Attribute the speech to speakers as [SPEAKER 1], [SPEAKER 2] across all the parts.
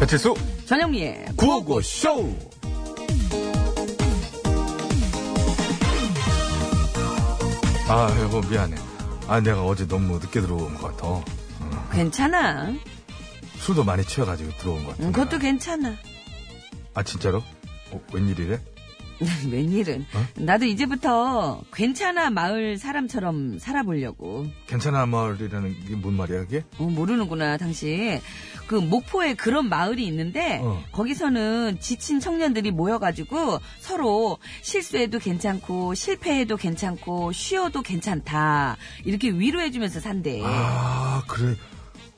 [SPEAKER 1] 배칠수
[SPEAKER 2] 전영미의
[SPEAKER 1] 구호고쇼 아 여보 미안해 아 내가 어제 너무 늦게 들어온 것 같아 응.
[SPEAKER 2] 괜찮아.
[SPEAKER 1] 술도 많이 취해가지고 들어온 것 같아
[SPEAKER 2] 음, 그것도 괜찮아.
[SPEAKER 1] 아 진짜로? 어, 웬일이래?
[SPEAKER 2] 웬일은.
[SPEAKER 1] 어?
[SPEAKER 2] 나도 이제부터 괜찮아 마을 사람처럼 살아보려고.
[SPEAKER 1] 괜찮아 마을이라는 게 뭔 말이야 그게?
[SPEAKER 2] 어, 모르는구나, 당신. 그 목포에 그런 마을이 있는데
[SPEAKER 1] 어.
[SPEAKER 2] 거기서는 지친 청년들이 모여가지고 서로 실수해도 괜찮고 실패해도 괜찮고 쉬어도 괜찮다 이렇게 위로해주면서 산대.
[SPEAKER 1] 아 그래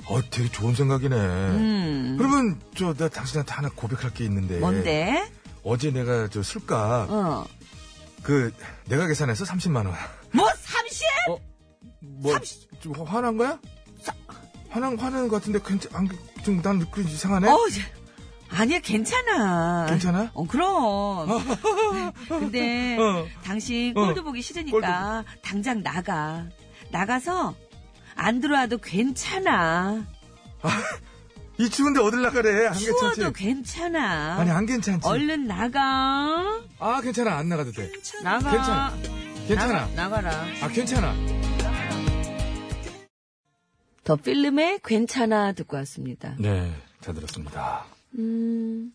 [SPEAKER 1] 어 되게 좋은 생각이네
[SPEAKER 2] 음.
[SPEAKER 1] 그러면 저 나 당신한테 하나 고백할 게 있는데
[SPEAKER 2] 뭔데?
[SPEAKER 1] 어제 내가 저 술값
[SPEAKER 2] 어.
[SPEAKER 1] 그 내가 계산해서 30만 원
[SPEAKER 2] 뭐 삼십?
[SPEAKER 1] 뭐, 좀 화- 화난 거야? 화난, 화나는 것 같은데, 괜찮, 안, 좀, 난 그, 이상하네?
[SPEAKER 2] 어, 이제- 아니야, 괜찮아.
[SPEAKER 1] 괜찮아?
[SPEAKER 2] 어, 그럼. 근데,
[SPEAKER 1] 어.
[SPEAKER 2] 당신 꼴도
[SPEAKER 1] 어.
[SPEAKER 2] 보기 싫으니까, 당장 나가. 나가서, 안 들어와도 괜찮아.
[SPEAKER 1] 이 추운데 어딜 나가래? 안 괜찮지?
[SPEAKER 2] 추워도 괜찮아.
[SPEAKER 1] 아니, 안 괜찮지?
[SPEAKER 2] 얼른 나가.
[SPEAKER 1] 아, 괜찮아. 안 나가도 돼.
[SPEAKER 2] 나가.
[SPEAKER 1] 괜찮아. 괜찮아.
[SPEAKER 2] 나가, 나가라.
[SPEAKER 1] 아, 괜찮아.
[SPEAKER 2] 더 필름의 괜찮아 듣고 왔습니다.
[SPEAKER 1] 네, 잘 들었습니다.
[SPEAKER 2] 음,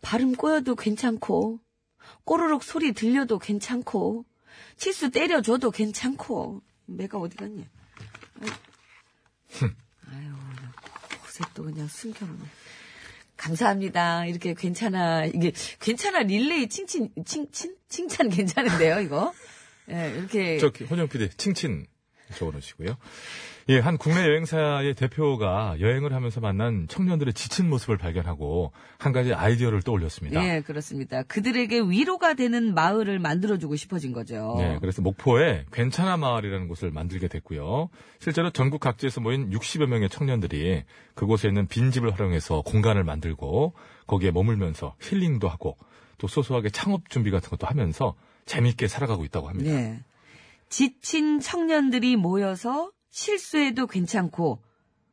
[SPEAKER 2] 발음 꼬여도 괜찮고, 꼬르륵 소리 들려도 괜찮고, 치수 때려줘도 괜찮고, 내가 어디 갔냐? 아이. 아유, 나 곳에 또 그냥 숨겨놓네. 감사합니다. 이렇게 괜찮아. 이게, 괜찮아 릴레이 칭친, 칭친? 칭찬 괜찮은데요, 이거? 예, 이렇게.
[SPEAKER 3] 저기 혼영 PD 칭친 적어놓으시고요. 예, 한 국내 여행사의 대표가 여행을 하면서 만난 청년들의 지친 모습을 발견하고 한 가지 아이디어를 떠올렸습니다.
[SPEAKER 2] 예, 그렇습니다. 그들에게 위로가 되는 마을을 만들어주고 싶어진 거죠.
[SPEAKER 3] 네, 그래서 목포에 괜찮아 마을이라는 곳을 만들게 됐고요. 실제로 전국 각지에서 모인 60여 명의 청년들이 그곳에 있는 빈집을 활용해서 공간을 만들고 거기에 머물면서 힐링도 하고 또 소소하게 창업 준비 같은 것도 하면서 재밌게 살아가고 있다고 합니다.
[SPEAKER 2] 네. 지친 청년들이 모여서 실수해도 괜찮고,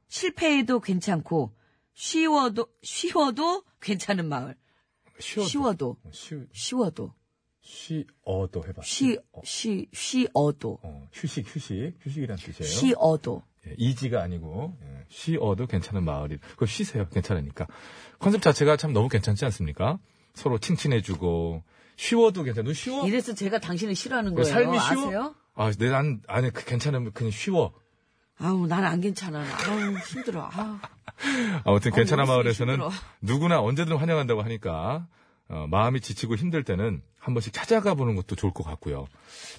[SPEAKER 2] 실패해도 괜찮고, 쉬워도, 쉬워도 괜찮은 마을. 네. 쉬워도,
[SPEAKER 3] 쉬,
[SPEAKER 2] 쉬워도,
[SPEAKER 3] 쉬어도 해봐.
[SPEAKER 2] 쉬, 쉬, 쉬어도,
[SPEAKER 3] 어, 휴식, 휴식, 휴식이란 뜻이에요.
[SPEAKER 2] 쉬어도.
[SPEAKER 3] 예, 이지가 아니고 예, 쉬어도 괜찮은 마을이. 그 쉬세요, 괜찮으니까. 컨셉 자체가 참 너무 괜찮지 않습니까? 서로 칭찬해주고 쉬워도 괜찮아. 너 쉬워?
[SPEAKER 2] 이래서 제가 당신을 싫어하는
[SPEAKER 3] 왜, 어. 그
[SPEAKER 2] 거예요.
[SPEAKER 3] 삶이 쉬워?
[SPEAKER 2] 아세요?
[SPEAKER 3] 아, 내난 아니 그 괜찮으면 그냥 쉬워.
[SPEAKER 2] 아우, 난 안 괜찮아. 아우, 힘들어. 아우.
[SPEAKER 3] 아무튼
[SPEAKER 2] 어,
[SPEAKER 3] 괜찮아
[SPEAKER 2] 너무
[SPEAKER 3] 마을에서는
[SPEAKER 2] 힘들어.
[SPEAKER 3] 누구나 언제든 환영한다고 하니까 어, 마음이 지치고 힘들 때는 한 번씩 찾아가 보는 것도 좋을 것 같고요.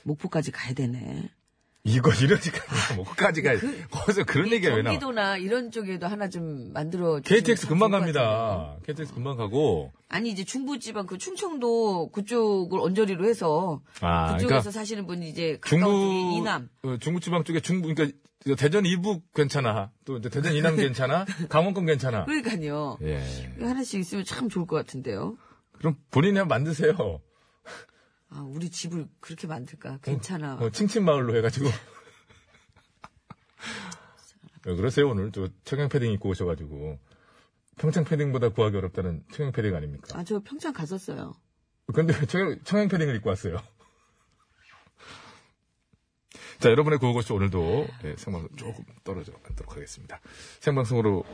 [SPEAKER 2] 목포까지 가야 되네.
[SPEAKER 3] 이거 이러지까지 뭐까지가 거기서 그런 얘기가 왜 나와?
[SPEAKER 2] 경기도나 이런 쪽에도 하나 좀 만들어.
[SPEAKER 3] KTX 금방 갑니다. KTX 금방 가고
[SPEAKER 2] 아니 이제 중부지방 그 충청도 그쪽을 언저리로 해서
[SPEAKER 3] 아,
[SPEAKER 2] 그쪽에서
[SPEAKER 3] 그러니까
[SPEAKER 2] 사시는 분이 이제
[SPEAKER 3] 중부
[SPEAKER 2] 가까운 쪽이 이남
[SPEAKER 3] 어, 중부 지방 쪽에 중부 그러니까 대전 이북 괜찮아. 또 이제 대전 이남 괜찮아. 강원권 괜찮아.
[SPEAKER 2] 그러니까요.
[SPEAKER 3] 예.
[SPEAKER 2] 이거 하나씩 있으면 참 좋을 것 같은데요.
[SPEAKER 3] 그럼 본인이 한번 만드세요.
[SPEAKER 2] 아 우리 집을 그렇게 만들까? 괜찮아.
[SPEAKER 3] 어, 칭친 마을로 해가지고. 왜 그러세요 오늘 저 청양 패딩 입고 오셔가지고 평창 패딩보다 구하기 어렵다는 청양 패딩 아닙니까?
[SPEAKER 2] 아 저 평창 갔었어요.
[SPEAKER 3] 근데 왜 청양, 청양 패딩을 입고 왔어요? 자 여러분의 구호고쇼 오늘도 예, 생방송 조금 떨어져 가도록 하겠습니다. 생방송으로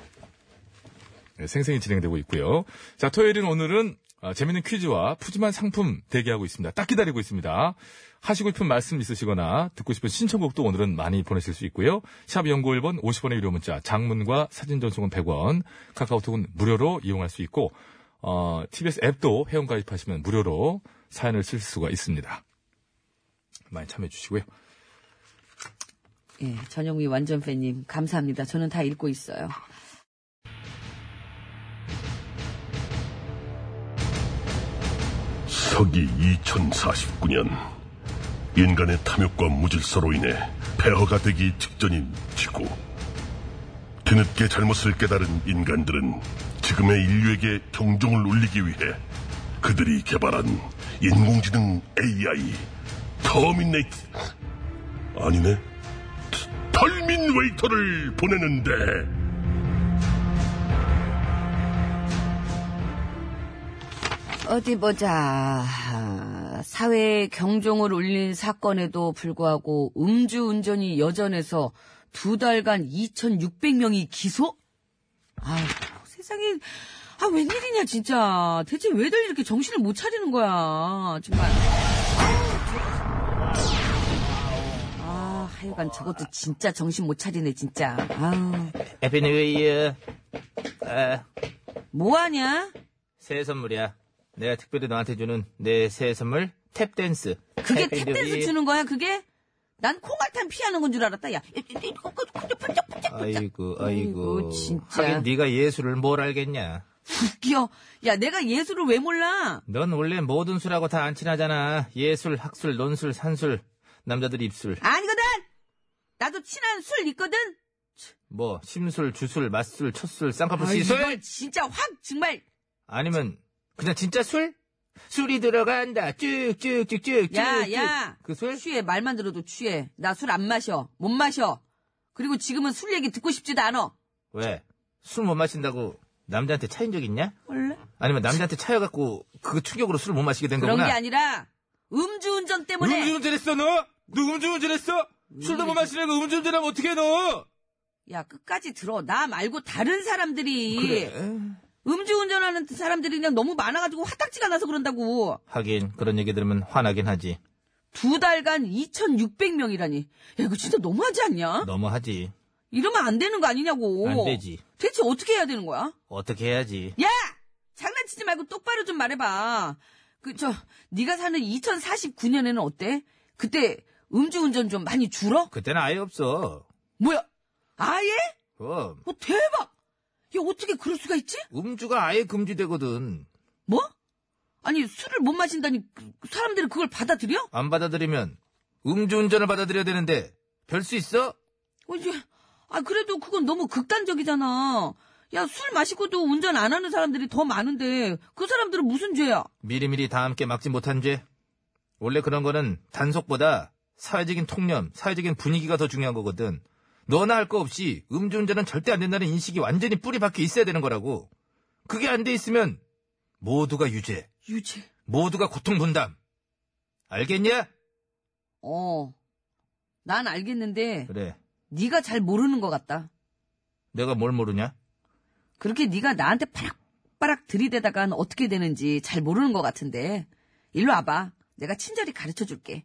[SPEAKER 3] 예, 생생히 진행되고 있고요. 자 토요일인 오늘은 아, 재밌는 퀴즈와 푸짐한 상품 대기하고 있습니다. 딱 기다리고 있습니다. 하시고 싶은 말씀 있으시거나 듣고 싶은 신청곡도 오늘은 많이 보내실 수 있고요. 샵 연구 1번 50원의 유료 문자, 장문과 사진 전송은 100원, 카카오톡은 무료로 이용할 수 있고 어, TBS 앱도 회원 가입하시면 무료로 사연을 쓸 수가 있습니다. 많이 참여해 주시고요.
[SPEAKER 2] 예, 전영미 완전 팬님 감사합니다. 저는 다 읽고 있어요.
[SPEAKER 4] 서기 2049년 인간의 탐욕과 무질서로 인해 폐허가 되기 직전인 지구 뒤늦게 잘못을 깨달은 인간들은 지금의 인류에게 경종을 울리기 위해 그들이 개발한 인공지능 AI 터미네이트 아니네 터- 털민웨이터를 보내는데
[SPEAKER 2] 어디 보자. 사회에 경종을 울린 사건에도 불구하고 음주운전이 여전해서 두 달간 2,600명이 기소? 아 세상에. 아, 웬일이냐, 진짜. 대체 왜들 이렇게 정신을 못 차리는 거야. 정말. 아, 하여간 저것도 진짜 정신 못 차리네, 진짜. 아
[SPEAKER 5] 해피 뉴 이어. 아,
[SPEAKER 2] 뭐하냐?
[SPEAKER 5] 새해 선물이야. 내가 특별히 너한테 주는 내 새해 선물 탭댄스.
[SPEAKER 2] 그게
[SPEAKER 5] 해피 뉴
[SPEAKER 2] 탭댄스
[SPEAKER 5] 이어.
[SPEAKER 2] 추는 거야, 그게? 난 콩알탄 피하는 건 줄 알았다, 야.
[SPEAKER 5] 아이고,
[SPEAKER 2] 아이고,
[SPEAKER 5] 아이고.
[SPEAKER 2] 진짜.
[SPEAKER 5] 하긴 네가 예술을 뭘 알겠냐.
[SPEAKER 2] 웃겨. 야, 내가 예술을 왜 몰라?
[SPEAKER 5] 넌 원래 모든 술하고 다 안 친하잖아. 예술, 학술, 논술, 산술. 남자들 입술.
[SPEAKER 2] 아니거든! 나도 친한 술 있거든?
[SPEAKER 5] 뭐, 심술, 주술, 맛술, 첫술, 쌍꺼풀
[SPEAKER 2] 아이,
[SPEAKER 5] 그 시술?
[SPEAKER 2] 이건 진짜 확, 정말.
[SPEAKER 5] 아니면, 그냥 진짜 술? 술이 들어간다. 쭉쭉쭉쭉.
[SPEAKER 2] 야, 야.
[SPEAKER 5] 그 술?
[SPEAKER 2] 취해. 말만 들어도 취해. 나 술 안 마셔. 못 마셔. 그리고 지금은 술 얘기 듣고 싶지도 않아.
[SPEAKER 5] 왜? 술 못 마신다고 남자한테 차인 적 있냐?
[SPEAKER 2] 원래?
[SPEAKER 5] 아니면 남자한테 차여갖고 그 충격으로 술을 못 마시게 된
[SPEAKER 2] 그런
[SPEAKER 5] 거구나.
[SPEAKER 2] 게 아니라, 음주운전 때문에.
[SPEAKER 5] 음주운전했어 너? 누 음주운전했어? 술도 못 마시려고 음주운전하면 어떻게 너?
[SPEAKER 2] 야, 끝까지 들어. 나 말고 다른 사람들이.
[SPEAKER 5] 그래.
[SPEAKER 2] 음주운전하는 사람들이 그냥 너무 많아가지고 화딱지가 나서 그런다고.
[SPEAKER 5] 하긴 그런 얘기 들으면 화나긴 하지.
[SPEAKER 2] 두 달간 2,600명이라니. 야, 이거 진짜 너무하지 않냐?
[SPEAKER 5] 너무하지.
[SPEAKER 2] 이러면 안 되는 거 아니냐고.
[SPEAKER 5] 안 되지.
[SPEAKER 2] 대체 어떻게 해야 되는 거야?
[SPEAKER 5] 어떻게 해야지?
[SPEAKER 2] 야! 장난치지 말고 똑바로 좀 말해봐. 그, 저, 네가 사는 2049년에는 어때? 그때 음주운전 좀 많이 줄어?
[SPEAKER 5] 그때는 아예 없어.
[SPEAKER 2] 뭐야? 아예?
[SPEAKER 5] 그럼
[SPEAKER 2] 뭐 대박! 야, 어떻게 그럴 수가 있지?
[SPEAKER 5] 음주가 아예 금지되거든.
[SPEAKER 2] 뭐? 아니, 술을 못 마신다니, 그 사람들이 그걸 받아들여?
[SPEAKER 5] 안 받아들이면 음주운전을 받아들여야 되는데 별 수 있어?
[SPEAKER 2] 어, 이제, 아, 그래도 그건 너무 극단적이잖아. 야, 술 마시고도 운전 안 하는 사람들이 더 많은데, 그 사람들은 무슨 죄야?
[SPEAKER 5] 미리미리 다 함께 막지 못한 죄. 원래 그런 거는 단속보다 사회적인 통념, 사회적인 분위기가 더 중요한 거거든. 너나 할 거 없이 음주운전은 절대 안 된다는 인식이 완전히 뿌리 박혀 있어야 되는 거라고. 그게 안 돼 있으면 모두가 유죄,
[SPEAKER 2] 유죄.
[SPEAKER 5] 모두가 고통 분담. 알겠냐?
[SPEAKER 2] 어. 난 알겠는데,
[SPEAKER 5] 그래.
[SPEAKER 2] 네가 잘 모르는 것 같다.
[SPEAKER 5] 내가 뭘 모르냐?
[SPEAKER 2] 그렇게 네가 나한테 빠락빠락 들이대다간 어떻게 되는지 잘 모르는 것 같은데, 일로 와봐. 내가 친절히 가르쳐 줄게.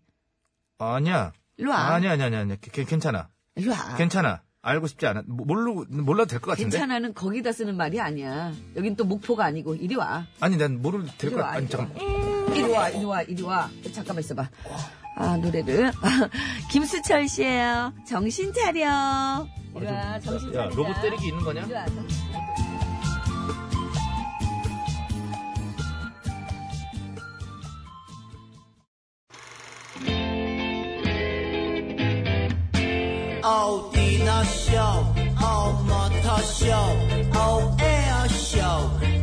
[SPEAKER 5] 아니야.
[SPEAKER 2] 일로 와.
[SPEAKER 5] 아니야, 아니야, 아니야. 아니야. 괜- 괜찮아.
[SPEAKER 2] 일로 와.
[SPEAKER 5] 괜찮아. 알고 싶지 않아. 모- 모르고, 몰라도 될 것 같은데?
[SPEAKER 2] 괜찮아는 거기다 쓰는 말이 아니야. 여긴 또 목포가 아니고, 이리 와.
[SPEAKER 5] 아니, 난 모르고
[SPEAKER 2] 이리
[SPEAKER 5] 될것
[SPEAKER 2] 와,
[SPEAKER 5] 같아. 아니,
[SPEAKER 2] 이리 와.
[SPEAKER 5] 잠깐.
[SPEAKER 2] 이리 와, 이리 와, 이리 와. 잠깐만 있어봐. 아, 노래를. 김수철 씨예요. 정신 차려. 이리 와, 정신 차려.
[SPEAKER 5] 아, 야, 로봇 때리기 있는 거냐?
[SPEAKER 2] 이리 와, 정신
[SPEAKER 6] 어디나 쇼 어머터 쇼 어에어 쇼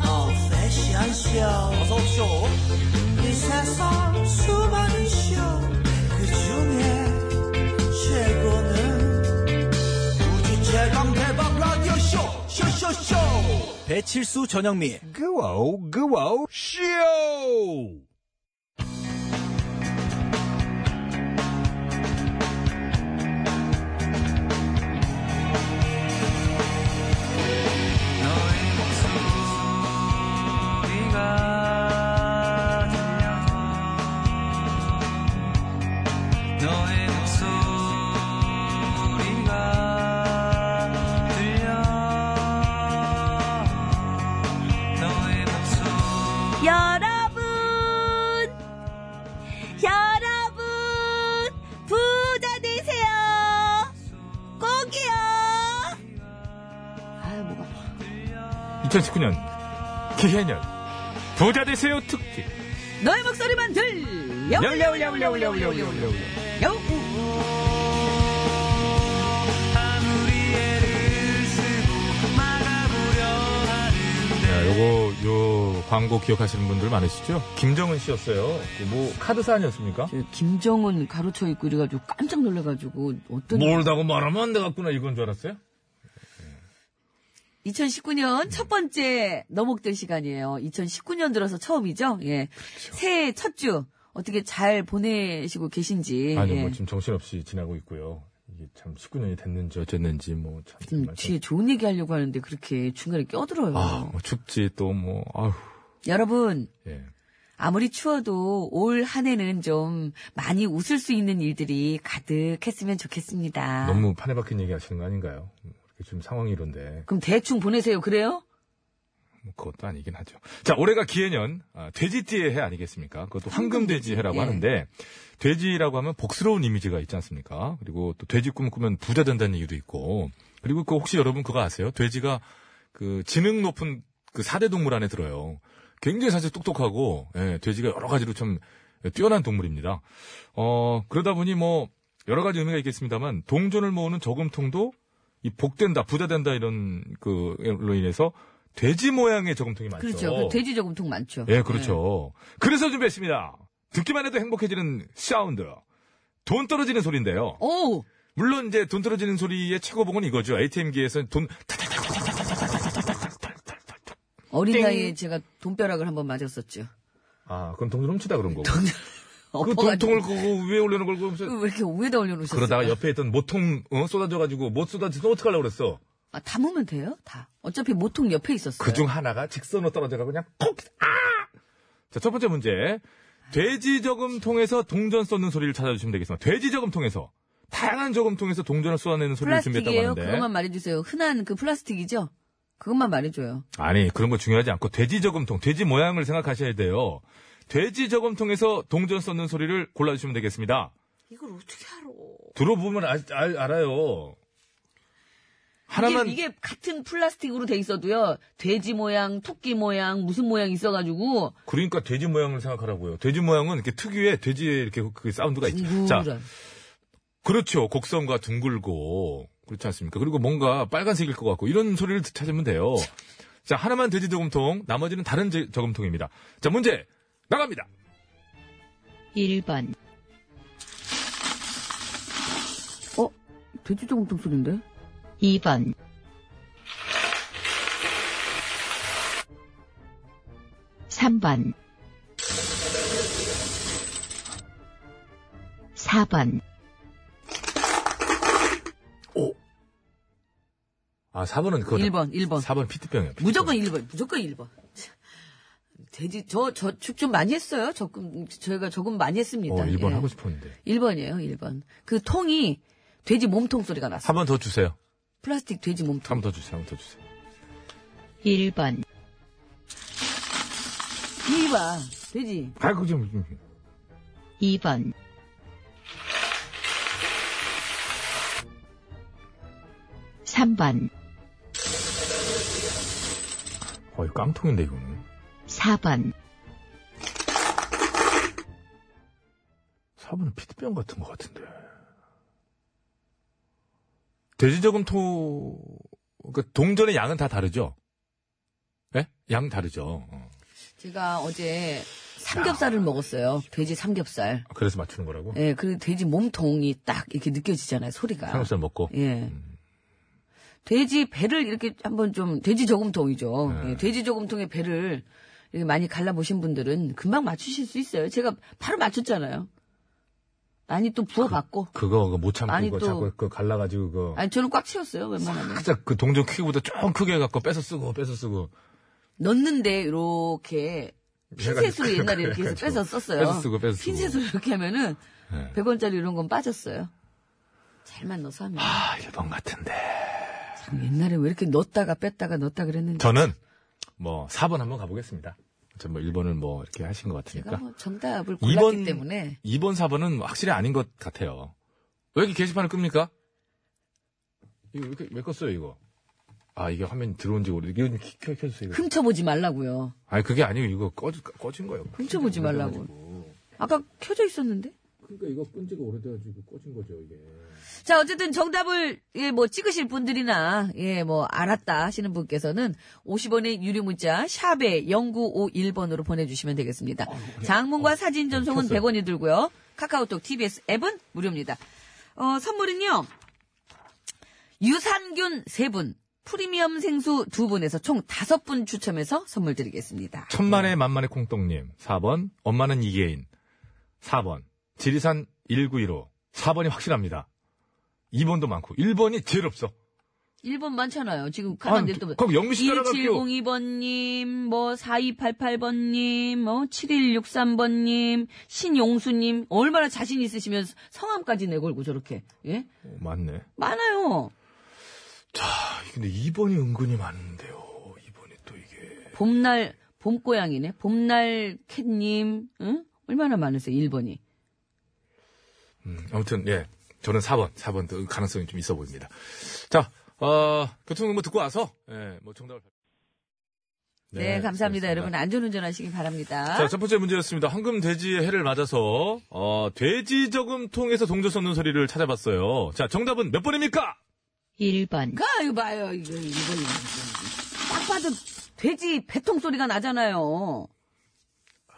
[SPEAKER 6] 어패션 쇼 어서 쇼이 세상 수많은 쇼그 중에 최고는 우주 최강 대박 라디오 쇼 쇼쇼쇼 배칠수 전영미
[SPEAKER 1] 그와우 그와우 쇼
[SPEAKER 2] 여러분! 여러분! 부자 되세요! 꼭이요! 아유, 뭐가.
[SPEAKER 3] 2019년 기해년 부자 되세요 특집.
[SPEAKER 2] 너의 목소리만 들! 여, 여, 여, 여, 여, 여, 여, 여. 여.
[SPEAKER 3] 야, 네, 요거 요 광고 기억하시는 분들 많으시죠? 김정은 씨였어요. 그뭐 카드사 아니었습니까?
[SPEAKER 2] 저 김정은 가로쳐 있고 이래가지고 깜짝
[SPEAKER 3] 뭐?
[SPEAKER 2] 놀래가지고 어떤
[SPEAKER 3] 모르다고 말하면 안 되겠구나 이건 줄 알았어요.
[SPEAKER 2] 2019년 첫 번째 너목들 시간이에요. 2019년 들어서 처음이죠. 예. 새해 첫 주 어떻게 잘 보내시고 계신지.
[SPEAKER 3] 아니
[SPEAKER 2] 예.
[SPEAKER 3] 뭐 지금 정신없이 지나고 있고요. 이게 참 19년이 됐는지 어쨌는지 뭐참
[SPEAKER 2] 음, 뒤에 좋은 얘기 하려고 하는데 그렇게 중간에 껴들어요.
[SPEAKER 3] 아, 뭐 춥지 또 뭐 아휴
[SPEAKER 2] 여러분,
[SPEAKER 3] 예.
[SPEAKER 2] 아무리 추워도 올 한 해는 좀 많이 웃을 수 있는 일들이 가득했으면 좋겠습니다.
[SPEAKER 3] 너무 판에 박힌 얘기 하시는 거 아닌가요? 음, 이렇게 지금 상황이 이런데
[SPEAKER 2] 그럼 대충 보내세요. 그래요?
[SPEAKER 3] 뭐 그것도 아니긴 하죠. 자 올해가 기해년 아, 돼지띠의 해 아니겠습니까? 그것도 황금돼지해라고
[SPEAKER 2] 예.
[SPEAKER 3] 하는데 돼지라고 하면 복스러운 이미지가 있지 않습니까? 그리고 또 돼지 꿈 꾸면 부자 된다는 얘기도 있고 그리고 그 혹시 여러분 그거 아세요? 돼지가 그 지능 높은 그 4대 동물 안에 들어요. 굉장히 사실 똑똑하고 예, 돼지가 여러 가지로 참 뛰어난 동물입니다. 어, 그러다 보니 뭐, 여러 가지 의미가 있겠습니다만, 동전을 모으는 저금통도 이 복된다, 부자된다 이런 그, 로 인해서 돼지 모양의 저금통이 많죠.
[SPEAKER 2] 그렇죠. 그 돼지 저금통 많죠.
[SPEAKER 3] 예, 그렇죠. 그래서 준비했습니다. 듣기만 해도 행복해지는 사운드. 돈 떨어지는 소리인데요.
[SPEAKER 2] 네. 오!
[SPEAKER 3] 물론 이제 돈 떨어지는 소리의 최고봉은 이거죠. ATM기에서 돈
[SPEAKER 2] 어린 나이에 제가 돈벼락을 한번 맞았었죠.
[SPEAKER 3] 아, 그건 돈을 훔치다 그런 거고. 그
[SPEAKER 2] 엎어가지고
[SPEAKER 3] 돈통을 그 위에 올려놓은 걸 보면서
[SPEAKER 2] 왜 이렇게 위에다 올려놓으셨어요?
[SPEAKER 3] 그러다가 옆에 있던 모통 어? 쏟아져가지고 못 쏟아지면 어떡하려고 그랬어.
[SPEAKER 2] 아, 담으면 돼요? 다. 어차피 모통 옆에 있었어요.
[SPEAKER 3] 그중 하나가 직선으로 떨어져가 그냥 콕! 아! 자, 첫 번째 문제. 돼지 저금통에서 동전 쏟는 소리를 찾아주시면 되겠습니다. 돼지 저금통에서 다양한 저금통에서 동전을 쏟아내는 소리를 준비했다고
[SPEAKER 2] 플라스틱이에요?
[SPEAKER 3] 하는데.
[SPEAKER 2] 그것만 말해주세요. 흔한 그 플라스틱이죠? 그것만 말해줘요.
[SPEAKER 3] 아니, 그런 거 중요하지 않고 돼지 저금통, 돼지 모양을 생각하셔야 돼요. 돼지 저금통에서 동전 쏟는 소리를 골라주시면 되겠습니다.
[SPEAKER 2] 이걸 어떻게 알아?
[SPEAKER 3] 들어보면 알, 알, 알아요. 하나만
[SPEAKER 2] 이게, 이게 같은 플라스틱으로 돼 있어도요. 돼지 모양, 토끼 모양, 무슨 모양 있어가지고
[SPEAKER 3] 그러니까 돼지 모양을 생각하라고요. 돼지 모양은 이렇게 특유의 돼지의 이렇게 그 사운드가 있죠. 자,
[SPEAKER 2] 둥그런.
[SPEAKER 3] 그렇죠. 곡선과 둥글고 그렇지 않습니까? 그리고 뭔가 빨간색일 것 같고 이런 소리를 찾으면 돼요. 자, 하나만 돼지 저금통, 나머지는 다른 제- 저금통입니다. 자, 문제 나갑니다.
[SPEAKER 7] 1번,
[SPEAKER 2] 어? 돼지 저금통 소리인데?
[SPEAKER 7] 2번, 삼번 4번,
[SPEAKER 3] 아, 4번은 그거.
[SPEAKER 2] 1번, 1번.
[SPEAKER 3] 4번 피트병이에요. 피트병.
[SPEAKER 2] 무조건 1번, 무조건 1번. 돼지, 저, 저축 좀 많이 했어요. 적금, 저희가 저금 많이 했습니다.
[SPEAKER 3] 어, 1번
[SPEAKER 2] 예.
[SPEAKER 3] 하고 싶었는데.
[SPEAKER 2] 1번이에요, 1번. 그 통이 돼지 몸통 소리가 났어.
[SPEAKER 3] 4번 더 주세요.
[SPEAKER 2] 플라스틱 돼지 몸통.
[SPEAKER 3] 3번 더 주세요. 3번 더 주세요.
[SPEAKER 7] 1번,
[SPEAKER 2] 이봐, 돼지.
[SPEAKER 3] 아, 그거 좀. 좀-
[SPEAKER 7] 2번, 3번,
[SPEAKER 3] 어, 이거 깡통인데, 이거는.
[SPEAKER 7] 4번,
[SPEAKER 3] 4번은 피트병 같은 것 같은데. 돼지 저금통, 그러니까 동전의 양은 다 다르죠? 예? 양 다르죠. 어.
[SPEAKER 2] 제가 어제 삼겹살을 먹었어요. 돼지 삼겹살.
[SPEAKER 3] 아, 그래서 맞추는 거라고?
[SPEAKER 2] 예, 그 돼지 몸통이 딱 이렇게 느껴지잖아요, 소리가.
[SPEAKER 3] 삼겹살 먹고.
[SPEAKER 2] 예. 돼지 배를 이렇게 한번 좀, 돼지 저금통이죠.
[SPEAKER 3] 네.
[SPEAKER 2] 예, 돼지 저금통의 배를 이렇게 많이 갈라보신 분들은 금방 맞추실 수 있어요. 제가 바로 맞췄잖아요. 많이 또 부어봤고.
[SPEAKER 3] 그거, 그거 못 참고
[SPEAKER 2] 아니,
[SPEAKER 3] 그거
[SPEAKER 2] 또-
[SPEAKER 3] 자꾸 그 갈라가지고 그거.
[SPEAKER 2] 아니, 저는 꽉 채웠어요, 웬만하면.
[SPEAKER 3] 살짝 그 동전 크기보다 조금 크게 해갖고 뺏어 쓰고, 뺏어 쓰고.
[SPEAKER 2] 넣는데, 이렇게. 핀셋으로
[SPEAKER 3] 해가지고
[SPEAKER 2] 옛날에 이렇게 해서
[SPEAKER 3] 그래가지고
[SPEAKER 2] 뺏어 썼어요.
[SPEAKER 3] 뺏어 쓰고, 뺏어 쓰고.
[SPEAKER 2] 핀셋으로 이렇게 하면은,
[SPEAKER 3] 예.
[SPEAKER 2] 100원짜리 이런 건 빠졌어요. 잘만 넣어서 하면.
[SPEAKER 3] 아, 1번 같은데.
[SPEAKER 2] 참, 옛날에 왜 이렇게 넣었다가 뺐다가 넣었다 그랬는지.
[SPEAKER 3] 저는 뭐 4번 한번 가보겠습니다. 어차피 뭐 1번을 뭐 이렇게 하신 것 같으니까.
[SPEAKER 2] 제가 뭐 정답을 골랐기
[SPEAKER 3] 2번,
[SPEAKER 2] 때문에.
[SPEAKER 3] 2번, 4번은 확실히 아닌 것 같아요. 왜 이렇게 게시판을 끕니까? 이거 왜 이렇게, 왜 껐어요, 이거? 아, 이게 화면이 들어온지 오래, 이거 좀 켜, 켜- 켜주세요. 이거.
[SPEAKER 2] 네. 훔쳐보지 말라고요.
[SPEAKER 3] 아니, 그게 아니고, 이거 꺼, 꺼진 거예요.
[SPEAKER 2] 훔쳐보지 말라고. 아까 켜져 있었는데?
[SPEAKER 3] 그러니까 이거 끈 지가 오래돼가지고 꺼진 거죠, 이게.
[SPEAKER 2] 자, 어쨌든 정답을, 예, 뭐, 찍으실 분들이나, 예, 뭐, 알았다 하시는 분께서는 50원의 유료 문자, 샵에 0951번으로 보내주시면 되겠습니다. 장문과 사진 전송은 100원이 들고요. 카카오톡, TBS 앱은 무료입니다. 어, 선물은요, 유산균 3분, 프리미엄 생수 두 분에서 총 다섯 분 추첨해서 선물 드리겠습니다.
[SPEAKER 3] 천만의 만만의 콩떡님 4번 엄마는 이계인 4번 지리산 1915 4번이 확실합니다 2번도 많고 1번이 제일 없어
[SPEAKER 2] 1번 많잖아요. 지금 가는데
[SPEAKER 3] 아니,
[SPEAKER 2] 또.
[SPEAKER 3] 거기 영미씨 따라갈게요
[SPEAKER 2] 1702번님, 뭐, 4288번님, 뭐, 7163번님, 신용수님, 얼마나 자신 있으시면 성함까지 내걸고 저렇게, 예?
[SPEAKER 3] 어, 맞네
[SPEAKER 2] 많아요.
[SPEAKER 3] 아, 근데 2번이 은근히 많은데요 2번이 또 이게
[SPEAKER 2] 봄날, 봄고양이네. 봄날 캣님, 응? 얼마나 많으세요, 1번이.
[SPEAKER 3] 음, 아무튼 예 저는 4번 4번도 가능성이 좀 있어 보입니다 자 어, 교통정보 듣고 와서 예, 뭐 정답을 발표-
[SPEAKER 2] 네, 감사합니다.
[SPEAKER 3] 수고하셨습니다.
[SPEAKER 2] 여러분, 안전운전 하시기 바랍니다.
[SPEAKER 3] 자, 첫 번째 문제였습니다. 황금 돼지의 해를 맞아서, 어, 돼지 저금 통에서 동조 쏟는 소리를 찾아봤어요. 자, 정답은 몇 번입니까?
[SPEAKER 7] 1번,
[SPEAKER 2] 가, 이거 봐요. 이거, 이거, 이거. 딱 봐도 돼지 배통 소리가 나잖아요.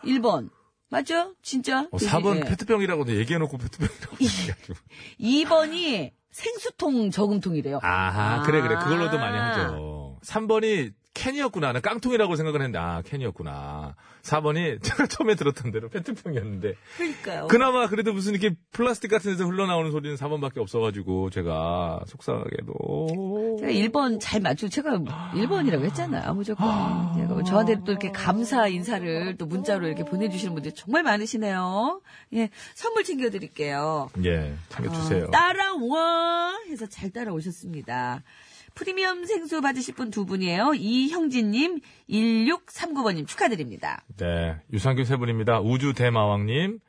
[SPEAKER 2] 1번. 맞죠? 진짜?
[SPEAKER 3] 어,
[SPEAKER 2] 돼지,
[SPEAKER 3] 4번
[SPEAKER 2] 예.
[SPEAKER 3] 페트병이라고 얘기해놓고 페트병이라고 얘기해가지고.
[SPEAKER 2] 2번이 생수통 저금통이래요.
[SPEAKER 3] 아하, 그래, 그래. 그걸로도 많이
[SPEAKER 2] 아.
[SPEAKER 3] 하죠. 3번이 캔이었구나. 나 깡통이라고 생각을 했는데, 아, 캔이었구나. 4번이 제가 처음에 들었던 대로 페트병이었는데.
[SPEAKER 2] 그러니까요.
[SPEAKER 3] 그나마 그래도 무슨 이렇게 플라스틱 같은 데서 흘러나오는 소리는 4번밖에 없어가지고, 제가 속상하게도.
[SPEAKER 2] 제가 1번 잘 맞추고 제가 1번이라고 했잖아요. 무조건. 제가 뭐 저한테 또 이렇게 감사 인사를 또 문자로 이렇게 보내주시는 분들이 정말 많으시네요. 예, 선물 챙겨드릴게요.
[SPEAKER 3] 예, 챙겨주세요.
[SPEAKER 2] 어, 따라와 해서 잘 따라오셨습니다. 프리미엄 생수 받으실 분 두 분이에요. 이형진님, 1639번님 축하드립니다.
[SPEAKER 3] 네. 유산균 세 분입니다. 우주 대마왕님,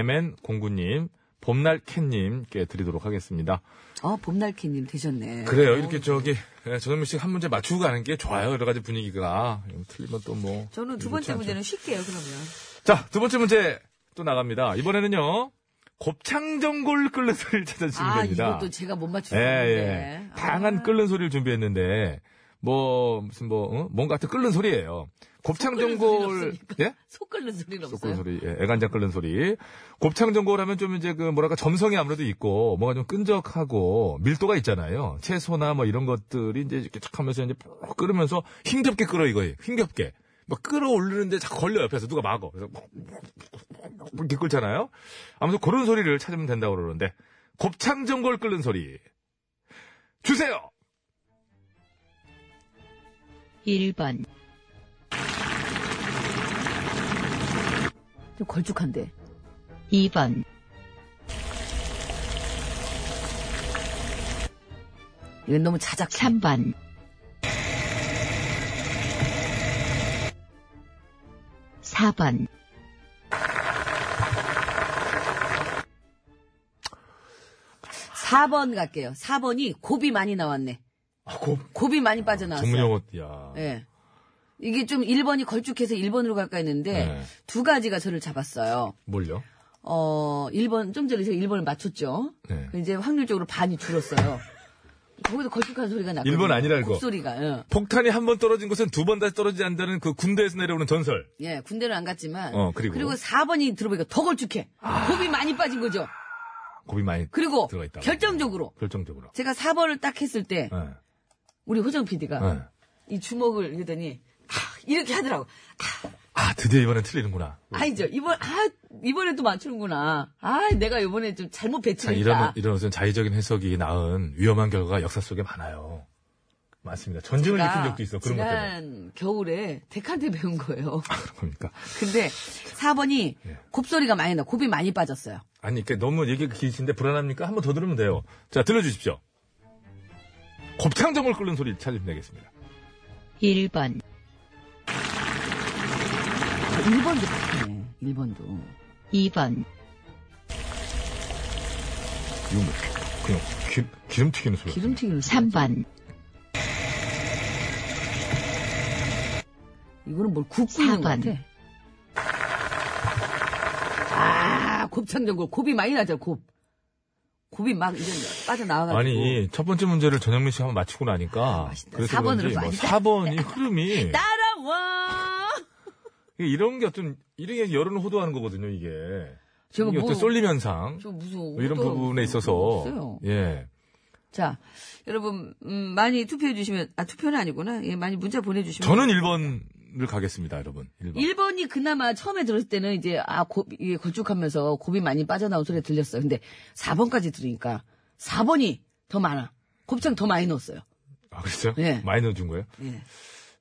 [SPEAKER 3] MNMN09님, 봄날 캣님께 드리도록 하겠습니다.
[SPEAKER 2] 어, 봄날캐님 되셨네.
[SPEAKER 3] 그래요. 이렇게 저기, 예, 전현무 씨한 문제 맞추고 가는 게 좋아요. 여러 가지 분위기가. 틀리면 또 뭐.
[SPEAKER 2] 저는 두 번째
[SPEAKER 3] 그렇지
[SPEAKER 2] 문제는 쉴게요, 그러면.
[SPEAKER 3] 않죠. 자, 두 번째 문제 또 나갑니다. 이번에는요. 곱창전골 끓는 소리를 찾아주시면
[SPEAKER 2] 아,
[SPEAKER 3] 됩니다.
[SPEAKER 2] 이것도 제가 못
[SPEAKER 3] 예,
[SPEAKER 2] 맞추는데. 아,
[SPEAKER 3] 예. 다양한 끓는 소리를 준비했는데, 뭐, 무슨 뭐, 어? 뭔가 하여튼 끓는 소리예요
[SPEAKER 2] 끓는 소리는
[SPEAKER 3] 곱창전골,
[SPEAKER 2] 없으니까.
[SPEAKER 3] 예?
[SPEAKER 2] 속 끓는 소리는
[SPEAKER 3] 끓는
[SPEAKER 2] 없어요.
[SPEAKER 3] 소리, 예, 애간장 끓는 소리. 곱창 전골하면 좀 이제 그 뭐랄까 점성이 아무래도 있고 뭔가 좀 끈적하고 밀도가 있잖아요. 채소나 뭐 이런 것들이 이제 이렇게 쫙 하면서 이제 푹 끓으면서 힘겹게 끓어 이거예요. 힘겹게. 막 끌어올리는데 자꾸 걸려 옆에서 누가 막어. 그래서 이렇게 끓잖아요. 아무튼 그런 소리를 찾으면 된다고 그러는데 곱창 전골 끓는 소리 주세요.
[SPEAKER 7] 1번,
[SPEAKER 2] 좀 걸쭉한데.
[SPEAKER 7] 2번,
[SPEAKER 2] 이건 너무 자작.
[SPEAKER 7] 3번, 4번,
[SPEAKER 2] 사 번 갈게요. 4번이 곱이 많이 나왔네.
[SPEAKER 3] 아, 곱
[SPEAKER 2] 곱이 많이 빠져나왔어요.
[SPEAKER 3] 전문용어 야.
[SPEAKER 2] 예. 이게 좀 1번이 걸쭉해서 1번으로 갈까 했는데
[SPEAKER 3] 네.
[SPEAKER 2] 두 가지가 저를 잡았어요.
[SPEAKER 3] 뭘요?
[SPEAKER 2] 어, 1번, 좀 전에 제가 1번을 맞췄죠. 그
[SPEAKER 3] 네.
[SPEAKER 2] 이제 확률적으로 반이 줄었어요. 거기서 걸쭉한 소리가 났고.
[SPEAKER 3] 일본 아니라 이거.
[SPEAKER 2] 소리가. 예.
[SPEAKER 3] 폭탄이 한 번 떨어진 곳은 두 번 다시 떨어지지 않는다는 그 군대에서 내려오는 전설.
[SPEAKER 2] 예, 군대는 안 갔지만.
[SPEAKER 3] 어, 그리고.
[SPEAKER 2] 4번이 들어보니까 더 걸쭉해. 곱이 많이 빠진 거죠.
[SPEAKER 3] 곱이 많이
[SPEAKER 2] 그리고
[SPEAKER 3] 들어가 있다.
[SPEAKER 2] 결정적으로
[SPEAKER 3] 결정적으로.
[SPEAKER 2] 제가 4번을 딱 했을 때
[SPEAKER 3] 예.
[SPEAKER 2] 우리 호정 PD가
[SPEAKER 3] 예.
[SPEAKER 2] 이 주먹을 이러더니 아, 이렇게 하더라고.
[SPEAKER 3] 아 드디어 이번엔 틀리는구나.
[SPEAKER 2] 아니죠. 이번, 아, 이번에 또 맞추는구나. 아, 내가 이번에 좀 잘못
[SPEAKER 3] 자,
[SPEAKER 2] 배치를
[SPEAKER 3] 이런
[SPEAKER 2] 했다.
[SPEAKER 3] 이런 어떤 자의적인 해석이 낳은 위험한 결과가 역사 속에 많아요. 맞습니다. 전쟁을 일으킨 적도 있어. 그런 것 때문에.
[SPEAKER 2] 지난 겨울에 데카한테 배운 거예요.
[SPEAKER 3] 그런 겁니까?
[SPEAKER 2] 근데 4번이
[SPEAKER 3] 예.
[SPEAKER 2] 곱소리가 많이 나. 곱이 많이 빠졌어요.
[SPEAKER 3] 아니, 그러니까 너무 얘기가 길신데 불안합니까? 한번 더 들으면 돼요. 자, 들려주십시오. 곱창정을 끓는 소리 찾으면 되겠습니다.
[SPEAKER 7] 1번,
[SPEAKER 2] 1번도 그렇네. 1번도.
[SPEAKER 7] 2번,
[SPEAKER 3] 이거 뭐, 그냥 기, 기름 튀기는 소리.
[SPEAKER 2] 기름튀기로
[SPEAKER 7] 3번,
[SPEAKER 2] 이거는 뭘 굽고 있는 것
[SPEAKER 7] 4번.
[SPEAKER 2] 같아. 아, 곱창전골. 곱이 많이 나죠, 곱. 곱이 막 이제 빠져나와가지고.
[SPEAKER 3] 아니, 첫 번째 문제를 전현민 씨가 한번 맞히고 나니까.
[SPEAKER 2] 아, 맛있다.
[SPEAKER 3] 그래서
[SPEAKER 2] 사 번으로
[SPEAKER 3] 그런지 뭐
[SPEAKER 2] 많이
[SPEAKER 3] 4번이 흐름이.
[SPEAKER 2] 따라와!
[SPEAKER 3] 이런 게 어떤, 이런 게 여론을 호도하는 거거든요, 이게.
[SPEAKER 2] 제가
[SPEAKER 3] 이게
[SPEAKER 2] 뭐,
[SPEAKER 3] 어떤 쏠림 현상.
[SPEAKER 2] 저 무슨
[SPEAKER 3] 뭐 이런
[SPEAKER 2] 어떤
[SPEAKER 3] 부분에
[SPEAKER 2] 그런 거
[SPEAKER 3] 있어서
[SPEAKER 2] 없어요.
[SPEAKER 3] 예
[SPEAKER 2] 자, 여러분, 음, 많이 투표해주시면, 아, 투표는 아니구나. 예, 많이 문자 보내주시면.
[SPEAKER 3] 저는 1번을 가겠습니다, 여러분. 1번.
[SPEAKER 2] 1번이 그나마 처음에 들었을 때는 이제, 아, 곱, 이게 걸쭉하면서 곱이 많이 빠져나온 소리가 들렸어요. 근데 4번까지 들으니까 4번이 더 많아. 곱창 더 많이 넣었어요.
[SPEAKER 3] 아, 그랬어요?
[SPEAKER 2] 예.
[SPEAKER 3] 많이 넣어준 거예요?
[SPEAKER 2] 예.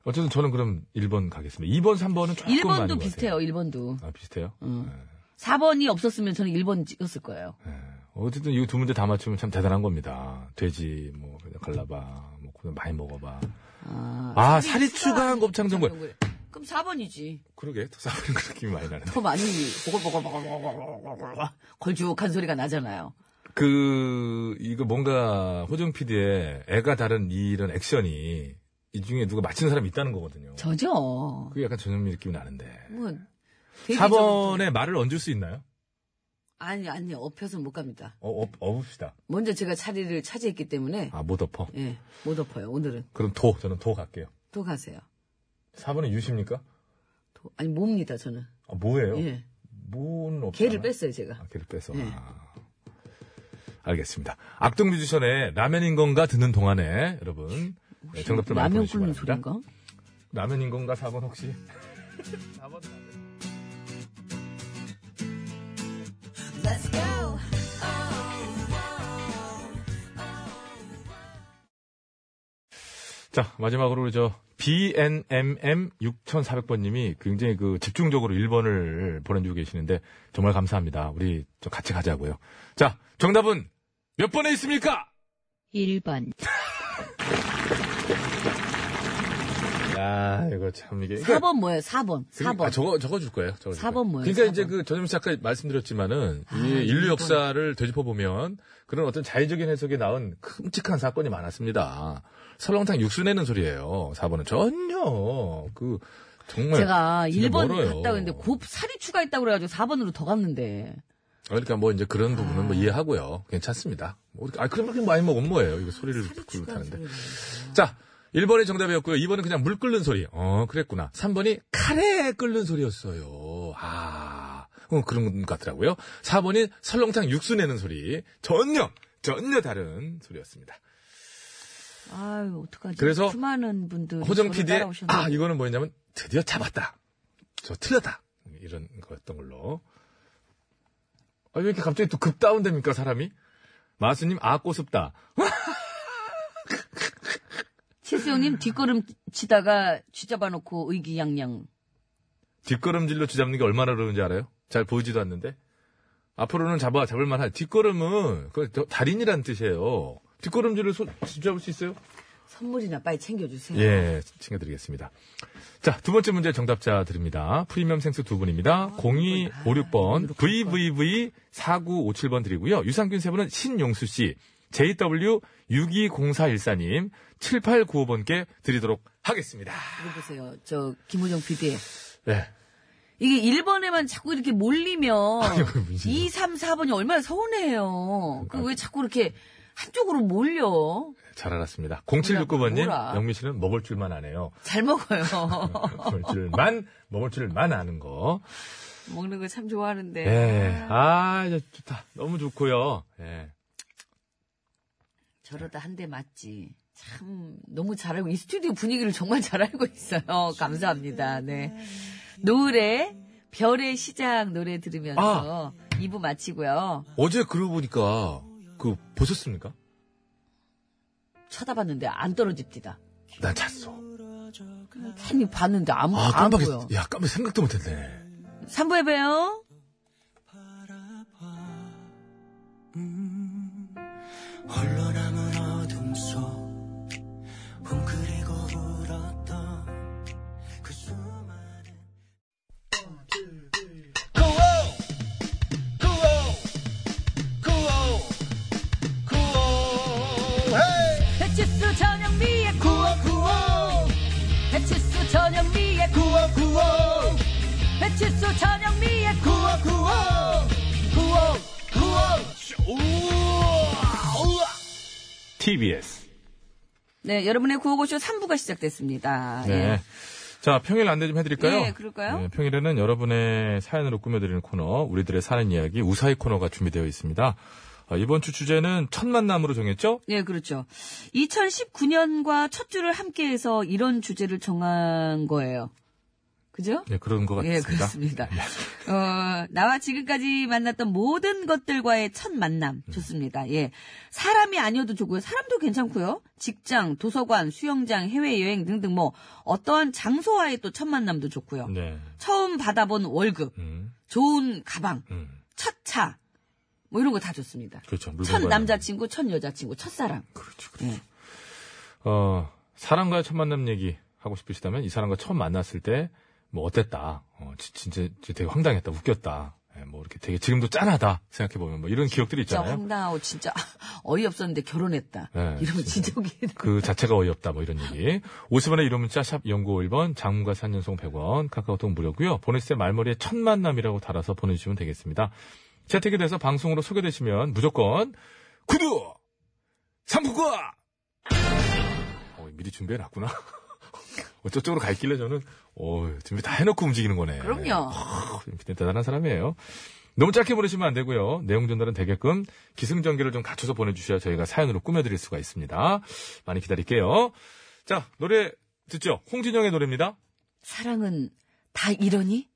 [SPEAKER 3] 어쨌든 저는 그럼 1번 가겠습니다. 2번, 3번은 조금 많은 것
[SPEAKER 2] 1번도
[SPEAKER 3] 같아요.
[SPEAKER 2] 비슷해요, 1번도.
[SPEAKER 3] 아, 비슷해요?
[SPEAKER 2] 음. 4번이 없었으면 저는 1번 찍었을 거예요.
[SPEAKER 3] 예. 어쨌든 이 두 문제 다 맞추면 참 대단한 겁니다. 돼지, 뭐, 그냥 갈라봐. 뭐, 그냥 많이 먹어봐.
[SPEAKER 2] 아,
[SPEAKER 3] 아, 살이 추가한 곱창 전골.
[SPEAKER 2] 그럼 4번이지.
[SPEAKER 3] 그러게, 더 싸우는 그 느낌이 많이 나는데.
[SPEAKER 2] 더 많이 보글보글보글보글보글 걸쭉한 소리가 나잖아요.
[SPEAKER 3] 그, 이거 뭔가, 호정 PD의 애가 다른 이런 액션이, 이 중에 누가 맞히는 사람이 있다는 거거든요.
[SPEAKER 2] 저죠.
[SPEAKER 3] 그게 약간 전현미 느낌이 나는데.
[SPEAKER 2] 뭐 되게 좀-
[SPEAKER 3] 4번에 말을 얹을 수 있나요?
[SPEAKER 2] 아니 아니 엎혀서 못 갑니다.
[SPEAKER 3] 어, 업, 업읍시다.
[SPEAKER 2] 먼저 제가 자리를 차지했기 때문에
[SPEAKER 3] 아, 못 엎어.
[SPEAKER 2] 예, 못 엎어요. 오늘은
[SPEAKER 3] 그럼 도, 저는 도 갈게요.
[SPEAKER 2] 또 가세요.
[SPEAKER 3] 4번은 유십니까?
[SPEAKER 2] 또- 아니 뭡니다 저는.
[SPEAKER 3] 아, 뭐예요?
[SPEAKER 2] 예,
[SPEAKER 3] 뭐는 없어.
[SPEAKER 2] 개를 뺐어요 제가.
[SPEAKER 3] 아, 개를 뺐어.
[SPEAKER 2] 예.
[SPEAKER 3] 아. 알겠습니다. 악동 뮤지션의 라면인 건가 듣는 동안에, 여러분. 네, 정답들 많이
[SPEAKER 2] 라면
[SPEAKER 3] 보내주시기
[SPEAKER 2] 끓는
[SPEAKER 3] 바랍니다.
[SPEAKER 2] 소리인가?
[SPEAKER 3] 라면인 건가 4번 혹시? 자, 마지막으로 우리 저 BNMM6400번님이 굉장히 그 집중적으로 1번을 보내주고 계시는데 정말 감사합니다. 우리 좀 같이 가자고요. 자, 정답은 몇 번에 있습니까?
[SPEAKER 7] 1번,
[SPEAKER 3] 야, 이거 참 이게.
[SPEAKER 2] 4번 뭐예요? 4번.
[SPEAKER 3] 그게-
[SPEAKER 2] 4번.
[SPEAKER 3] 아, 적어, 적어줄 거예요. 적어줄
[SPEAKER 2] 사
[SPEAKER 3] 거예요.
[SPEAKER 2] 번 뭐예요,
[SPEAKER 3] 그러니까
[SPEAKER 2] 사
[SPEAKER 3] 이제
[SPEAKER 2] 번?
[SPEAKER 3] 그 전현미 씨 아까 말씀드렸지만은,
[SPEAKER 2] 아,
[SPEAKER 3] 이 인류
[SPEAKER 2] 일본.
[SPEAKER 3] 역사를 되짚어보면, 그런 어떤 자의적인 해석이 나온 큼직한 사건이 많았습니다. 설렁탕 육수 내는 소리예요. 4번은 전혀, 그, 정말.
[SPEAKER 2] 제가
[SPEAKER 3] 진짜
[SPEAKER 2] 1번
[SPEAKER 3] 멀어요.
[SPEAKER 2] 갔다 근데 곱 살이 추가했다고 그래가지고 4번으로 더 갔는데
[SPEAKER 3] 아, 그러니까 뭐 이제 그런 부분은
[SPEAKER 2] 아.
[SPEAKER 3] 뭐 이해하고요. 괜찮습니다. 뭐, 아, 그렇게 많이 먹으면 뭐예요. 이거 소리를 듣고 그렇다는데. 자, 1번이 정답이었고요. 2번은 그냥 물 끓는 소리. 어, 그랬구나. 3번이 카레 끓는 소리였어요. 아, 어, 그런 것 같더라고요. 4번이 설렁탕 육수 내는 소리. 전혀, 전혀 다른 소리였습니다.
[SPEAKER 2] 아유 어떡하지?
[SPEAKER 3] 그래서
[SPEAKER 2] 수많은 분들
[SPEAKER 3] 호정 PD의, 아, 이거는 뭐였냐면, 드디어 잡았다. 저 틀렸다. 이런 거였던 걸로. 아, 왜 이렇게 갑자기 또 급다운됩니까, 사람이? 마수님, 아, 꼬습다.
[SPEAKER 2] 칠수형님 뒷걸음 치다가 쥐잡아놓고 의기양양.
[SPEAKER 3] 뒷걸음질로 쥐잡는 게 얼마나 어려운지 알아요? 잘 보이지도 않는데? 앞으로는 잡아, 잡을만 한. 뒷걸음은, 그, 저- 달인이란 뜻이에요. 뒷걸음질을 손, 쥐잡을 수 있어요?
[SPEAKER 2] 선물이나 빨리 챙겨주세요.
[SPEAKER 3] 예, 챙겨드리겠습니다. 자, 두 번째 문제 정답자 드립니다. 프리미엄 생수 두
[SPEAKER 2] 아,
[SPEAKER 3] 분입니다. 0256번, VVV4957번 드리고요. 유산균 세 분은 신용수씨, JW620414님, 7895번께 드리도록 하겠습니다.
[SPEAKER 2] 이거 보세요. 저 김호정 PD.
[SPEAKER 3] 네.
[SPEAKER 2] 이게 1번에만 자꾸 이렇게 몰리면
[SPEAKER 3] 그 문제죠.
[SPEAKER 2] 2, 3, 4번이 얼마나 서운해요.
[SPEAKER 3] 그러니까.
[SPEAKER 2] 그 왜 자꾸 이렇게 한쪽으로 몰려?
[SPEAKER 3] 잘 알았습니다. 0769번님,
[SPEAKER 2] 뭐라.
[SPEAKER 3] 영미 씨는 먹을 줄만 아네요.
[SPEAKER 2] 잘 먹어요.
[SPEAKER 3] 먹을 줄만, 먹을 줄만 아는 거.
[SPEAKER 2] 먹는 거 참 좋아하는데.
[SPEAKER 3] 예. 아, 이제 좋다. 너무 좋고요. 예.
[SPEAKER 2] 저러다 한 대 맞지. 참 너무 잘 알고 이 스튜디오 분위기를 정말 잘 알고 있어요. 감사합니다. 네. 노을의 별의 시작 노래 들으면서
[SPEAKER 3] 아!
[SPEAKER 2] 2부 마치고요.
[SPEAKER 3] 어제 그러고 보니까, 그, 보셨습니까?
[SPEAKER 2] 쳐다봤는데 안 떨어집니다.
[SPEAKER 3] 난 잤어.
[SPEAKER 2] 괜히 봤는데 아무
[SPEAKER 3] 아,
[SPEAKER 2] 안
[SPEAKER 3] 깜빡이,
[SPEAKER 2] 보여.
[SPEAKER 3] 야, 깜빡 생각도 못했네.
[SPEAKER 2] 3부에 봬요.
[SPEAKER 6] 홀로 남은 음, 어둠 속 웅크리고 울었던 그 수많은 95 95 95 95 헤이
[SPEAKER 2] 배치수 전영미의
[SPEAKER 6] 95
[SPEAKER 2] 배치수 전영미의
[SPEAKER 6] 95 95
[SPEAKER 2] 배치수 전영미의
[SPEAKER 6] 95 95 95
[SPEAKER 3] TBS.
[SPEAKER 2] 네, 여러분의 구호고쇼 3부가 시작됐습니다.
[SPEAKER 3] 네.
[SPEAKER 2] 예.
[SPEAKER 3] 자, 평일 안내 좀 해드릴까요? 네.
[SPEAKER 2] 예, 그럴까요?
[SPEAKER 3] 평일에는 여러분의 사연으로 꾸며드리는 코너, 우리들의 사는 이야기, 우사히 코너가 준비되어 있습니다. 아, 이번 주 주제는 첫 만남으로 정했죠?
[SPEAKER 2] 네, 그렇죠. 2019년과 첫 주를 함께해서 이런 주제를 정한 거예요. 그죠?
[SPEAKER 3] 네, 그런 것 같습니다. 네.
[SPEAKER 2] 예, 그렇습니다. 어, 나와 지금까지 만났던 모든 것들과의 첫 만남.
[SPEAKER 3] 음.
[SPEAKER 2] 좋습니다. 예. 사람이 아니어도 좋고요. 사람도 괜찮고요. 직장, 도서관, 수영장, 해외여행 등등 뭐, 어떠한 장소와의 또 첫 만남도 좋고요.
[SPEAKER 3] 네.
[SPEAKER 2] 처음 받아본 월급,
[SPEAKER 3] 음,
[SPEAKER 2] 좋은 가방,
[SPEAKER 3] 음.
[SPEAKER 2] 첫 차, 뭐 이런 거 다 좋습니다.
[SPEAKER 3] 그렇죠.
[SPEAKER 2] 첫
[SPEAKER 3] 물건과는.
[SPEAKER 2] 남자친구, 첫 여자친구, 첫사랑.
[SPEAKER 3] 그렇죠. 그렇죠.
[SPEAKER 2] 예.
[SPEAKER 3] 어, 사람과의 첫 만남 얘기 하고 싶으시다면 이 사람과 처음 만났을 때 뭐 어땠다. 어, 지- 진짜, 진짜 되게 황당했다. 웃겼다. 예, 뭐 이렇게 되게 지금도 짠하다 생각해 보면 뭐 이런 기억들이
[SPEAKER 2] 진짜
[SPEAKER 3] 있잖아요.
[SPEAKER 2] 황당하고 진짜 어이없었는데 결혼했다.
[SPEAKER 3] 네,
[SPEAKER 2] 이러면 지적이
[SPEAKER 3] 그 자체가 어이없다 뭐 이런 얘기. 50원의 이름 문자 샵 0951번 장문과 3년송 100원 카카오톡 무료고요. 보내실 때 말머리에 첫 만남이라고 달아서 보내주시면 되겠습니다. 채택이 돼서 방송으로 소개되시면 무조건 구독! 삼국과! 어, 미리 준비해놨구나. 어, 저쪽으로 가 있길래 저는 어, 준비 다 해놓고 움직이는 거네.
[SPEAKER 2] 그럼요.
[SPEAKER 3] 아, 대단한 사람이에요. 너무 짧게 보내시면 안 되고요. 내용 전달은 되게끔 기승전결을 좀 갖춰서 보내주셔야 저희가 사연으로 꾸며드릴 수가 있습니다. 많이 기다릴게요. 자, 노래 듣죠? 홍진영의 노래입니다.
[SPEAKER 2] 사랑은 다 이러니?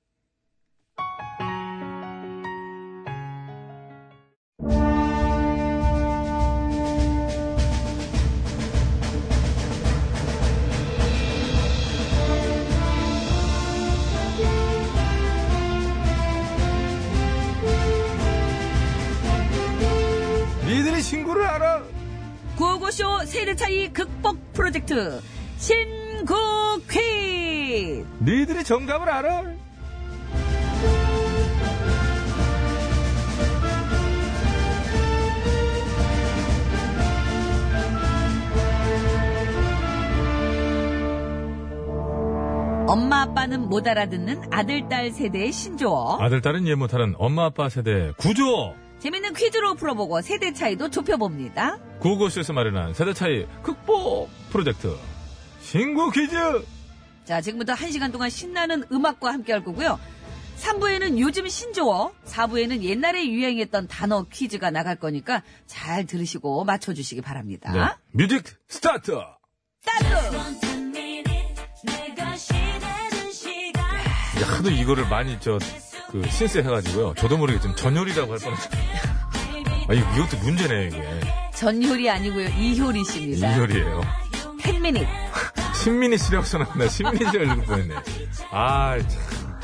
[SPEAKER 3] 니들이 친구를 알아!
[SPEAKER 2] 구호고쇼 세대차이 극복 프로젝트 신구 퀴즈
[SPEAKER 3] 니들이 정답을 알아!
[SPEAKER 2] 엄마 아빠는 못 알아듣는 아들 딸 세대의 신조어
[SPEAKER 3] 아들, 딸은 이해 못하는 엄마, 아빠 세대 구조!
[SPEAKER 2] 재밌는 퀴즈로 풀어보고 세대 차이도 좁혀봅니다
[SPEAKER 3] 구호고쇼에서 마련한 세대 차이 극복 프로젝트. 신구 퀴즈!
[SPEAKER 2] 자 지금부터 한시간 동안 신나는 음악과 함께 할 거고요 3부에는 요즘 신조어 4부에는 옛날에 유행했던 단어 퀴즈가 나갈 거니까 잘 들으시고 맞춰주시기 바랍니다
[SPEAKER 3] 네. 뮤직 스타트!
[SPEAKER 2] 따뜻!
[SPEAKER 3] 야, 하도 이거를 많이 저, 그, 신세 해가지고요. 저도 모르게 좀 전열이라고 할 뻔했어요. 아, 이- 이것도 문제네, 이게.
[SPEAKER 2] 전효리 아니고요 이효리 씨입니다
[SPEAKER 3] 이열이에요.
[SPEAKER 2] 팬미닛
[SPEAKER 3] 신민이 시력서 나온다. 신민이 씨 얼굴 보였네. 아, 참.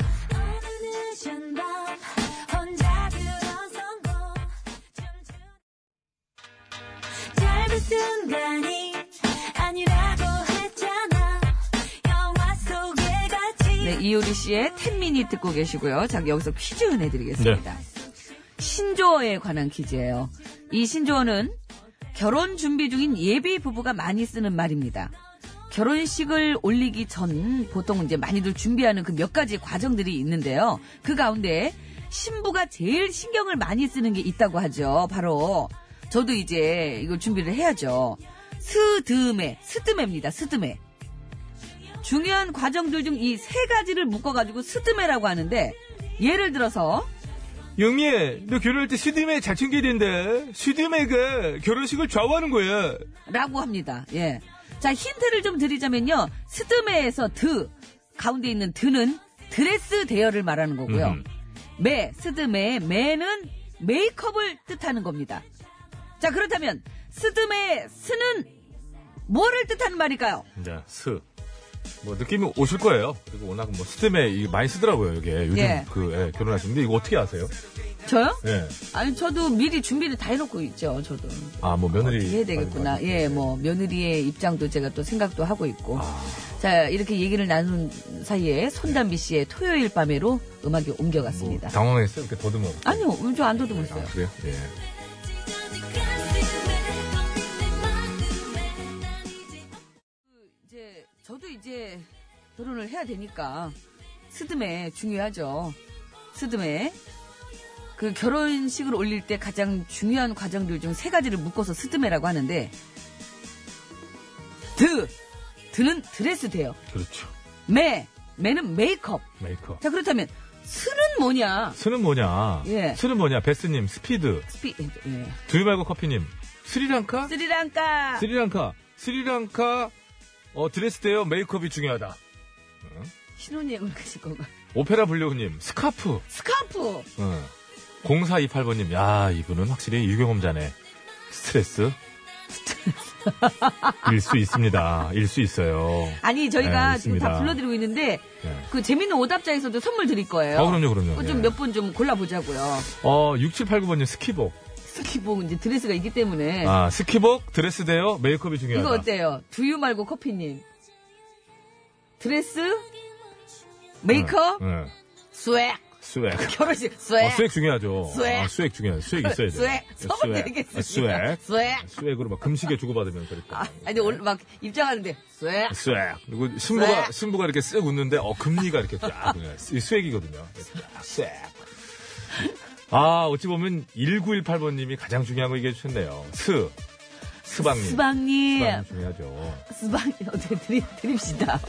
[SPEAKER 8] 짧은 순간이 아니라고 했잖아 영화 속에 같이
[SPEAKER 2] 네, 이효리 씨의 텐미니 듣고 계시고요. 자, 여기서 퀴즈 내드리겠습니다. 신조어에 관한 퀴즈예요. 이 신조어는 결혼 준비 중인 예비 부부가 많이 쓰는 말입니다. 결혼식을 올리기 전 보통 이제 많이들 준비하는 그 몇 가지 과정들이 있는데요. 그 가운데 신부가 제일 신경을 많이 쓰는 게 있다고 하죠. 바로 저도 이제 이걸 준비를 해야죠. 스드메, 스드메입니다. 스드메. 중요한 과정들 중 이 세 가지를 묶어가지고 스드메라고 하는데 예를 들어서
[SPEAKER 3] 영미야, 너 결혼할 때 수디메 잘 챙겨야 된다. 수디메가 결혼식을 좌우하는 거야.
[SPEAKER 2] 라고 합니다. 예. 자 힌트를 좀 드리자면요. 스드메에서 드 가운데 있는 드는 드레스 대여를 말하는 거고요.
[SPEAKER 3] 음.
[SPEAKER 2] 매 스드메 매는 메이크업을 뜻하는 겁니다. 자 그렇다면 스드메 스는 뭐를 뜻하는 말일까요?
[SPEAKER 3] 네, 스. 뭐, 느낌이 오실 거예요. 그리고 워낙 뭐, 스드메 이거 많이 쓰더라고요, 이게. 요즘
[SPEAKER 2] 예.
[SPEAKER 3] 그, 예, 결혼하시는데 이거 어떻게 아세요?
[SPEAKER 2] 저요?
[SPEAKER 3] 예.
[SPEAKER 2] 아니 저도 미리 준비를 다 해놓고 있죠. 저도.
[SPEAKER 3] 아, 뭐, 며느리.
[SPEAKER 2] 해야 되겠구나. 예, 뭐 며느리의 입장도 제가 또 생각도 하고 있고.
[SPEAKER 3] 아.
[SPEAKER 2] 자 이렇게 얘기를 나눈 사이에 손담비 씨의 토요일 밤에로 음악이
[SPEAKER 3] 뭐,
[SPEAKER 2] 옮겨갔습니다. 네.
[SPEAKER 3] 당황했어요? 이렇게 더듬어.
[SPEAKER 2] 아니요, 저 안
[SPEAKER 3] 아,
[SPEAKER 2] 더듬었어요.
[SPEAKER 3] 그래요? 예.
[SPEAKER 2] 이제 저도 이제 결혼을 해야 되니까 스드메 중요하죠. 스드메 그 결혼식을 올릴 때 가장 중요한 과정들 중 세 가지를 묶어서 스드메라고 하는데 드 드는 드레스 돼요.
[SPEAKER 3] 그렇죠.
[SPEAKER 2] 매 매는 메이크업.
[SPEAKER 3] 메이크업.
[SPEAKER 2] 자 그렇다면 술은 뭐냐?
[SPEAKER 3] 스는 뭐냐?
[SPEAKER 2] 예.
[SPEAKER 3] 스는 뭐냐? 베스님, 스피드,
[SPEAKER 2] 스피, 예.
[SPEAKER 3] 두유 말고 커피님, 스리랑카?
[SPEAKER 2] 스리랑카.
[SPEAKER 3] 스리랑카, 스리랑카, 어, 드레스 대여 메이크업이 중요하다.
[SPEAKER 2] 신혼여행을 가실 건가?
[SPEAKER 3] 오페라 블루님, 스카프.
[SPEAKER 2] 스카프.
[SPEAKER 3] 0428번님, 야, 이분은 확실히 유경험자네. 스트레스. 일 수 있습니다. 일 수 있어요.
[SPEAKER 2] 아니
[SPEAKER 3] 네,
[SPEAKER 2] 저희가 지금
[SPEAKER 3] 있습니다.
[SPEAKER 2] 다 불러드리고 있는데
[SPEAKER 3] 예.
[SPEAKER 2] 그 재밌는 오답자에서도 선물 드릴 거예요.
[SPEAKER 3] 아, 그럼요, 그럼요.
[SPEAKER 2] 어, 좀 몇 분 좀 골라보자고요.
[SPEAKER 3] 어, 6789번님, 스키복.
[SPEAKER 2] 스키복 이제 드레스가 있기 때문에
[SPEAKER 3] 아, 스키복, 드레스 대여, 메이크업이 중요하다.
[SPEAKER 2] 예. 이거 어때요? 두유 말고 커피님. 드레스, 메이크업,
[SPEAKER 3] 예.
[SPEAKER 2] 스웩,
[SPEAKER 3] 스웩.
[SPEAKER 2] 결혼식
[SPEAKER 3] 어,
[SPEAKER 2] 스웩,
[SPEAKER 3] 스웩 중요하죠.
[SPEAKER 2] 스웩.
[SPEAKER 3] 아, 스웩 중요해요. 스웩 있어야 돼요. 아,
[SPEAKER 2] 스웩, 선물 드리겠습니다.
[SPEAKER 3] 스웩.
[SPEAKER 2] 스웩.
[SPEAKER 3] 스웩으로 아, 막 금시계 주고받으면서 이렇게.
[SPEAKER 2] 아, 아니 오늘 막 입장하는데 스웩.
[SPEAKER 3] 쐐. 그리고 신부가,
[SPEAKER 2] 쐐.
[SPEAKER 3] 신부가 이렇게 쓱 웃는데, 어, 금리가 이렇게 쫙, 그냥 이 쐐이거든요. 쐐. 아, 어찌 보면 1918번님이 가장 중요한 거 얘기해 주셨네요. 스. 스방님.
[SPEAKER 2] 스방님,
[SPEAKER 3] 스방님 중요하죠.
[SPEAKER 2] 스방 어떻게 네, 드리, 드립시다.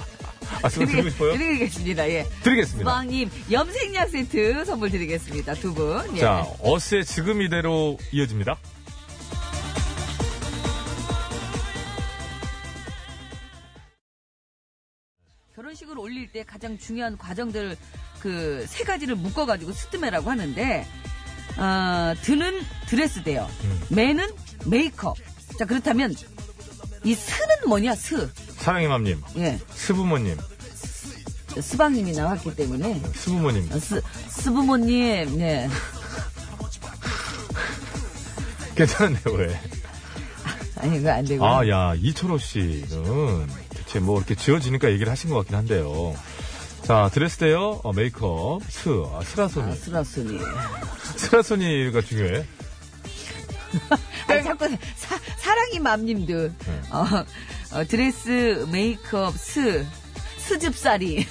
[SPEAKER 3] 아, 스방 드리고 싶어요? 네.
[SPEAKER 2] 드리겠습니다. 예.
[SPEAKER 3] 드리겠습니다.
[SPEAKER 2] 스방님 염색약 세트 선물 드리겠습니다. 두 분. 예.
[SPEAKER 3] 자, 어스의 지금 이대로 이어집니다.
[SPEAKER 2] 결혼식을 올릴 때 가장 중요한 과정들을 그 세 가지를 묶어가지고 스드메라고 하는데 아, 드는 드레스 대요,
[SPEAKER 3] 음.
[SPEAKER 2] 매는 메이크업. 자 그렇다면 이 스는 뭐냐 스,
[SPEAKER 3] 사랑의 맘님,
[SPEAKER 2] 예
[SPEAKER 3] 스부모님,
[SPEAKER 2] 스방님이 나왔기 때문에
[SPEAKER 3] 스부모님.
[SPEAKER 2] 스 스부모님, 예
[SPEAKER 3] 괜찮은데, 왜?
[SPEAKER 2] 아니 그거 안 되고.
[SPEAKER 3] 아, 야, 이철호 씨는 대체 뭐 이렇게 지어지니까 얘기를 하신 것 같긴 한데요. 자, 드레스 대여, 어, 메이크업, 스, 아, 스라소니.
[SPEAKER 2] 아, 수라순이.
[SPEAKER 3] 스라소니가 중요해.
[SPEAKER 2] 아니, 자꾸 사, 사랑이 맘님들.
[SPEAKER 3] 네.
[SPEAKER 2] 어, 어, 드레스, 메이크업, 스, 스집살이.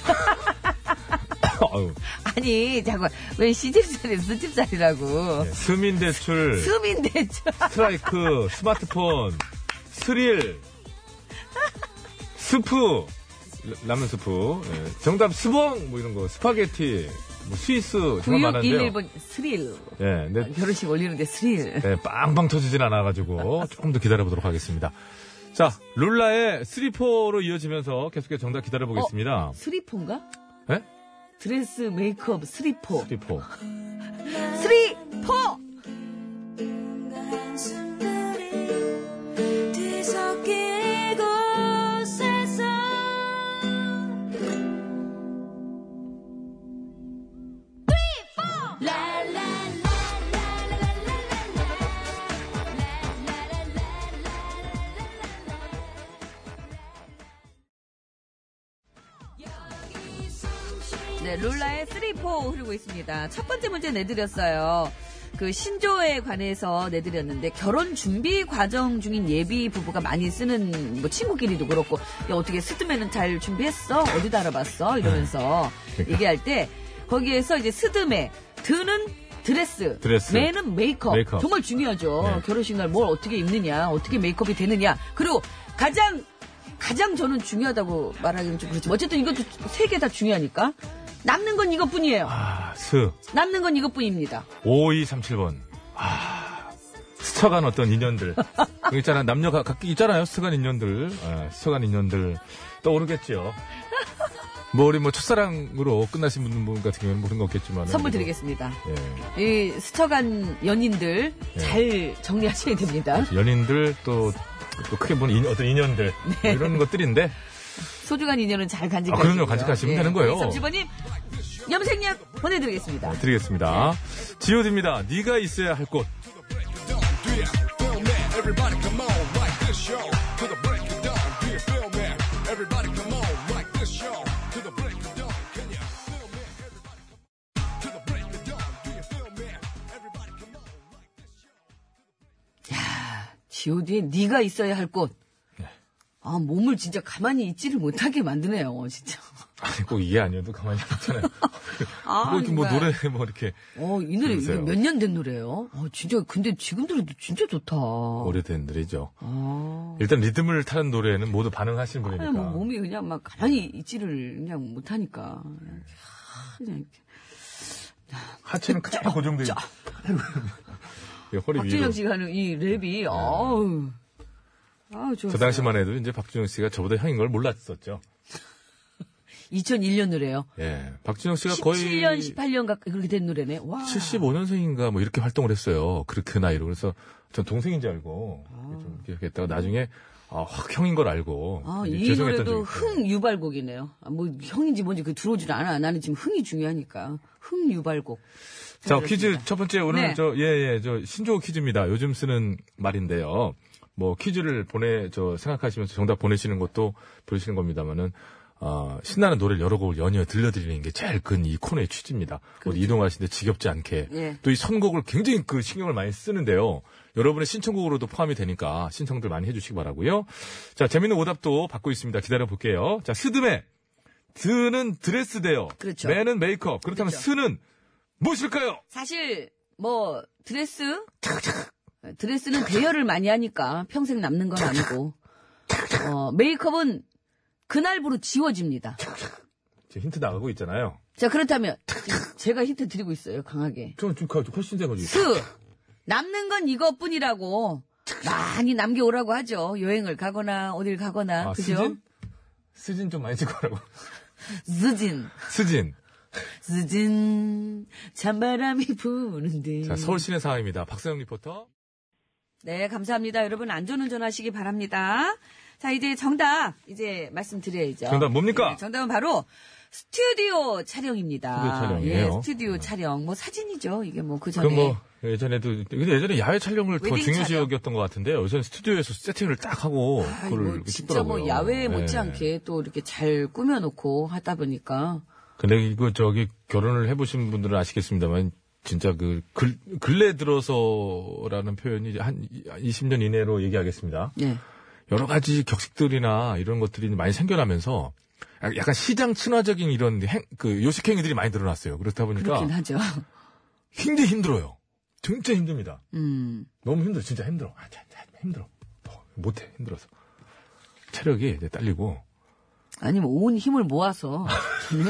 [SPEAKER 3] 아유,
[SPEAKER 2] 아니, 자꾸, 왜 시집살이, 스집살이라고.
[SPEAKER 3] 예. 스민대출,
[SPEAKER 2] 스민대죠.
[SPEAKER 3] 스트라이크, 스마트폰, 스릴, 스프, 라- 라면 스프, 예. 정답 스봉, 뭐 이런 거, 스파게티, 뭐 스위스, 정말 많은데요.
[SPEAKER 2] 9611번, 스릴.
[SPEAKER 3] 예, 근데
[SPEAKER 2] 결혼식 올리는데 스릴.
[SPEAKER 3] 네, 빵빵 터지진 않아가지고 조금 더 기다려보도록 하겠습니다. 자, 룰라의 3,4로 이어지면서 계속해서 정답
[SPEAKER 2] 어?
[SPEAKER 3] 기다려보겠습니다.
[SPEAKER 2] 스리포인가?
[SPEAKER 3] 예?
[SPEAKER 2] 드레스, 메이크업, 스리포.
[SPEAKER 3] 3,4.
[SPEAKER 2] 스리포!
[SPEAKER 8] 한숨들이 뒤섞인 곳에서
[SPEAKER 2] 네, 룰라의 3포 흐르고 있습니다. 첫 번째 문제 내드렸어요. 그 신조에 관해서 내드렸는데 결혼 준비 과정 중인 예비 부부가 많이 쓰는 뭐 친구끼리도 그렇고 야, 어떻게 스드메는 잘 준비했어? 어디다 알아봤어? 이러면서 얘기할 때 거기에서 이제 스드메 드는 드레스,
[SPEAKER 3] 드레스.
[SPEAKER 2] 매는 메이크업.
[SPEAKER 3] 메이크업.
[SPEAKER 2] 정말 중요하죠.
[SPEAKER 3] 네.
[SPEAKER 2] 결혼식 날 뭘 어떻게 입느냐, 어떻게 메이크업이 되느냐. 그리고 가장 가장 저는 중요하다고 말하기는 좀 그렇지만 어쨌든 이것도 세 개 다 중요하니까 남는 건 이것뿐이에요.
[SPEAKER 3] 아, 네, 스.
[SPEAKER 2] 남는 건 이것뿐입니다.
[SPEAKER 3] 5237번. 아, 스쳐간 어떤 인연들. 그 있잖아, 남녀가 각기 있잖아요. 스쳐간 인연들. 예, 스쳐간 인연들. 떠오르겠지요. 뭐, 우리 뭐, 첫사랑으로 끝나신 분 같은 경우는 모르는 거 없겠지만.
[SPEAKER 2] 선물 드리겠습니다.
[SPEAKER 3] 예.
[SPEAKER 2] 이 스쳐간 연인들
[SPEAKER 3] 네.
[SPEAKER 2] 잘 정리하셔야 됩니다.
[SPEAKER 3] 예, 연인들 또, 또 크게 보는 인- 어떤 인연들.
[SPEAKER 2] 네.
[SPEAKER 3] 뭐 이런 것들인데.
[SPEAKER 2] 소중한 인연은 잘 간직하시고.
[SPEAKER 3] 아, 그럼요. 간직하시면 되는 거예요. 네.
[SPEAKER 2] 30번님 염색약 보내드리겠습니다.
[SPEAKER 3] 드리겠습니다. 지오디입니다. 네가 있어야 할 곳.
[SPEAKER 2] G.O.D의 의 네가 있어야 할 곳.
[SPEAKER 3] 네.
[SPEAKER 2] 아 몸을 진짜 가만히 있지를 못하게 만드네요. 진짜.
[SPEAKER 3] 아니, 꼭 이게 아니어도 가만히 있잖아요.
[SPEAKER 2] 아,
[SPEAKER 3] 뭐 이렇게 뭐
[SPEAKER 2] 정말.
[SPEAKER 3] 노래 뭐 이렇게
[SPEAKER 2] 어, 이 노래
[SPEAKER 3] 그러세요.
[SPEAKER 2] 몇 년 된 노래예요? 어, 진짜 근데 지금 들어도 진짜 좋다.
[SPEAKER 3] 오래된 노래죠.
[SPEAKER 2] 아.
[SPEAKER 3] 일단 리듬을 타는 노래에는 모두 반응하시는
[SPEAKER 2] 아니,
[SPEAKER 3] 분이니까.
[SPEAKER 2] 뭐 몸이 그냥 막 가만히 있지를 그냥 못하니까. 캬, 그냥 이렇게.
[SPEAKER 3] 하체는 쫙 고정돼. 있- 예, 허리 위로.
[SPEAKER 2] 박준영 씨가 하는 이 랩이, 어우. 아우,
[SPEAKER 3] 네.
[SPEAKER 2] 좋았어요.
[SPEAKER 3] 저 당시만 해도 이제 박준영 씨가 저보다 형인 걸 몰랐었죠.
[SPEAKER 2] 2001년 노래요.
[SPEAKER 3] 예. 박준영 씨가 거의
[SPEAKER 2] 17년, 18년 가 그렇게 된 노래네. 와.
[SPEAKER 3] 75년생인가 뭐 이렇게 활동을 했어요. 그, 그 나이로. 그래서 전 동생인 줄 알고 좀 이렇게 했다가 나중에 아, 확 형인 걸 알고
[SPEAKER 2] 아,
[SPEAKER 3] 이제
[SPEAKER 2] 이
[SPEAKER 3] 네, 죄송했던
[SPEAKER 2] 노래도
[SPEAKER 3] 적이 있어요.
[SPEAKER 2] 흥 유발곡이네요. 아, 뭐 형인지 뭔지 그 들어오질 않아. 나는 지금 흥이 중요하니까. 흥 유발곡.
[SPEAKER 3] 자,
[SPEAKER 2] 들었습니다.
[SPEAKER 3] 퀴즈 첫 번째 오늘
[SPEAKER 2] 네.
[SPEAKER 3] 저, 예, 예, 저 신조어 퀴즈입니다. 요즘 쓰는 말인데요. 뭐 퀴즈를 보내, 저 생각하시면서 정답 보내시는 것도 보내시는 겁니다만은 어, 신나는 노래를 여러 곡을 연이어 들려드리는 게 제일 큰 이 코너의 취지입니다. 어디 이동하시는데 지겹지 않게.
[SPEAKER 2] 그렇죠. 예.
[SPEAKER 3] 또 이 선곡을 굉장히 그 신경을 많이 쓰는데요. 여러분의 신청곡으로도 포함이 되니까 신청들 많이 해주시기 바라고요. 자, 재밌는 오답도 받고 있습니다. 기다려볼게요. 자, 스드메. 드는 드레스대요.
[SPEAKER 2] 그렇죠.
[SPEAKER 3] 매는 메이크업. 그렇다면
[SPEAKER 2] 그렇죠.
[SPEAKER 3] 스는 무엇일까요?
[SPEAKER 2] 사실 뭐 드레스 드레스는 대여를 많이 하니까 평생 남는 건 아니고 어, 메이크업은 그날부로 지워집니다.
[SPEAKER 3] 지금 힌트 나가고 있잖아요.
[SPEAKER 2] 자 그렇다면 제가 힌트 드리고 있어요 강하게
[SPEAKER 3] 저는 지금 가- 훨씬
[SPEAKER 2] 스
[SPEAKER 3] 돼가지고.
[SPEAKER 2] 남는 건 이것뿐이라고 많이 남겨오라고 하죠 여행을 가거나 어딜 가거나
[SPEAKER 3] 아,
[SPEAKER 2] 그죠
[SPEAKER 3] 스진? 스진 좀 많이 찍어라고.
[SPEAKER 2] 스진
[SPEAKER 3] 스진.
[SPEAKER 2] 스진 찬바람이 부는데
[SPEAKER 3] 자, 서울 시내 상황입니다. 박서영 리포터.
[SPEAKER 2] 네, 감사합니다. 여러분 안전운전 하시기 바랍니다. 자, 이제 정답 이제 말씀드려야죠.
[SPEAKER 3] 정답 뭡니까?
[SPEAKER 2] 네, 정답은 바로 스튜디오 촬영입니다.
[SPEAKER 3] 스튜디오 촬영이에요. 네.
[SPEAKER 2] 예, 스튜디오 촬영. 뭐 사진이죠. 이게 뭐 그 전에
[SPEAKER 3] 그럼 뭐, 예전에도, 근데 예전에 야외 촬영을 더
[SPEAKER 2] 웨딩
[SPEAKER 3] 중요시
[SPEAKER 2] 촬영.
[SPEAKER 3] 여겼던 것 같은데요. 요새는 스튜디오에서 세팅을 딱 하고,
[SPEAKER 2] 아이,
[SPEAKER 3] 그걸
[SPEAKER 2] 뭐 진짜
[SPEAKER 3] 찍더라고요.
[SPEAKER 2] 뭐 야외에
[SPEAKER 3] 예.
[SPEAKER 2] 못지않게 또 이렇게 잘 꾸며놓고 하다 보니까
[SPEAKER 3] 근데 이거 저기 결혼을 해보신 분들은 아시겠습니다만, 진짜 그, 글, 근래 들어서라는 표현이 이제 한 20년 이내로 얘기하겠습니다.
[SPEAKER 2] 네.
[SPEAKER 3] 여러 가지 격식들이나 이런 것들이 많이 생겨나면서 약간 시장 친화적인 이런 행, 그 요식행위들이 많이 늘어났어요. 그렇다 보니까
[SPEAKER 2] 그렇긴 하죠.
[SPEAKER 3] 굉장히 힘들어요. 진짜 힘듭니다.
[SPEAKER 2] 음.
[SPEAKER 3] 너무 힘들어. 진짜 힘들어. 아, 자, 자, 힘들어. 어, 못해. 힘들어서. 체력이 이제 딸리고.
[SPEAKER 2] 아니면 뭐 온 힘을 모아서 저는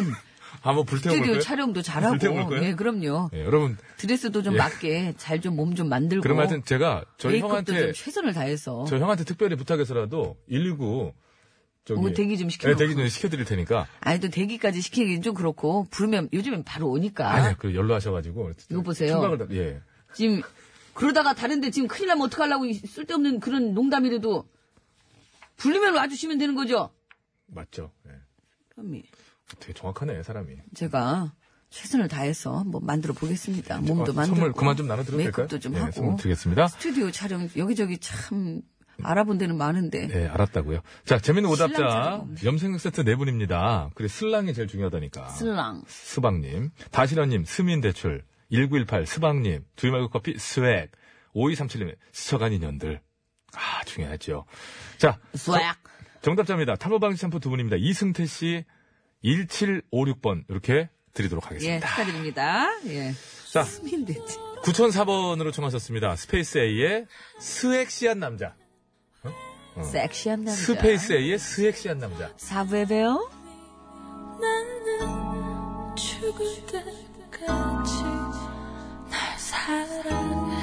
[SPEAKER 3] 한번 아, 뭐 불태워볼까요?
[SPEAKER 2] 스튜디오 촬영도 잘하고
[SPEAKER 3] 불태워볼 거예요?
[SPEAKER 2] 예, 그럼요.
[SPEAKER 3] 예, 여러분,
[SPEAKER 2] 드레스도 좀
[SPEAKER 3] 예.
[SPEAKER 2] 맞게 잘 좀 몸 좀 만들고
[SPEAKER 3] 그럼 하여튼 제가 저희
[SPEAKER 2] 메이크업도
[SPEAKER 3] 형한테,
[SPEAKER 2] 좀 최선을 다해서
[SPEAKER 3] 저 형한테 특별히 부탁해서라도 119 저기.
[SPEAKER 2] 오, 뭐 대기 좀
[SPEAKER 3] 예,
[SPEAKER 2] 시켜놓고.
[SPEAKER 3] 대기 좀 시켜드릴 테니까.
[SPEAKER 2] 아니 또 대기까지 시키긴 좀 그렇고 부르면 요즘엔 바로 오니까
[SPEAKER 3] 아, 니그 연락하셔가지고.
[SPEAKER 2] 이거 보세요.
[SPEAKER 3] 총각을 다- 예.
[SPEAKER 2] 지금 그러다가 다른데 지금 큰일 나면 어떡하려고 이 쓸데없는 그런 농담이라도 부르면 와주시면 되는 거죠
[SPEAKER 3] 맞죠. 예.
[SPEAKER 2] 그럼
[SPEAKER 3] 되게 정확하네, 사람이.
[SPEAKER 2] 제가 최선을 다해서 한번 만들어 보겠습니다 몸도
[SPEAKER 3] 어,
[SPEAKER 2] 만들고
[SPEAKER 3] 선물 그만 좀 나눠드려도
[SPEAKER 2] 메이크업도
[SPEAKER 3] 될까요?
[SPEAKER 2] 좀
[SPEAKER 3] 예,
[SPEAKER 2] 하고
[SPEAKER 3] 선물 드리겠습니다.
[SPEAKER 2] 스튜디오 촬영 여기저기 참 알아본 데는 많은데
[SPEAKER 3] 네, 알았다고요. 자, 재밌는 오답자.
[SPEAKER 2] 신랑처럼.
[SPEAKER 3] 염색약 세트 네 분입니다. 그리고 슬랑이 제일 중요하다니까.
[SPEAKER 2] 슬랑
[SPEAKER 3] 스방님, 다시러님, 스민대출, 1918, 스방님, 두이말고 커피, 스웩, 5237님, 스쳐간 인연들. 아, 중요하죠. 자,
[SPEAKER 2] 쏵
[SPEAKER 3] 정답자입니다. 탈모방지 샴푸 두 분입니다. 이승태 씨, 1756번. 이렇게 드리도록
[SPEAKER 2] 예
[SPEAKER 3] 하겠습니다.
[SPEAKER 2] 축하드립니다 예
[SPEAKER 3] 자,
[SPEAKER 2] 힘들지
[SPEAKER 3] 9004번으로 청하셨습니다. 스페이스 A의 스웩시한 남자. 어.
[SPEAKER 2] 섹시한 남자
[SPEAKER 3] 스페이스 A의 스웩시한 남자.
[SPEAKER 2] 사부에 봬요
[SPEAKER 8] 나는 죽을 때까지 날 사랑해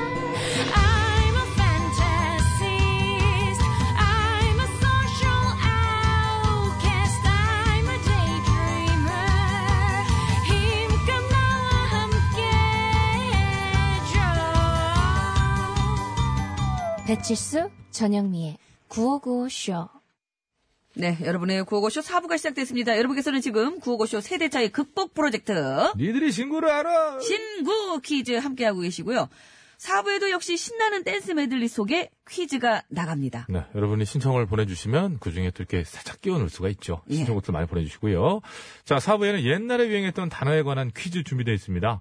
[SPEAKER 8] I'm a fantasist. I'm a social outcast. I'm a daydreamer. 힘껏 나와 함께 해줘. 배칠수 전영미의 9595쇼.
[SPEAKER 2] 네, 여러분의 구호고쇼 4부가 시작됐습니다. 여러분께서는 지금 구호고쇼 세대차의 극복 프로젝트
[SPEAKER 3] 니들이 신고를 알아!
[SPEAKER 2] 신구 퀴즈 함께하고 계시고요. 4부에도 역시 신나는 댄스 메들리 속에 퀴즈가 나갑니다.
[SPEAKER 3] 네, 여러분이 신청을 보내주시면 그 중에 또 이렇게 살짝 끼워 넣을 수가 있죠.
[SPEAKER 2] 예.
[SPEAKER 3] 신청곡들 많이 보내주시고요. 자, 4부에는 옛날에 유행했던 단어에 관한 퀴즈 준비되어 있습니다.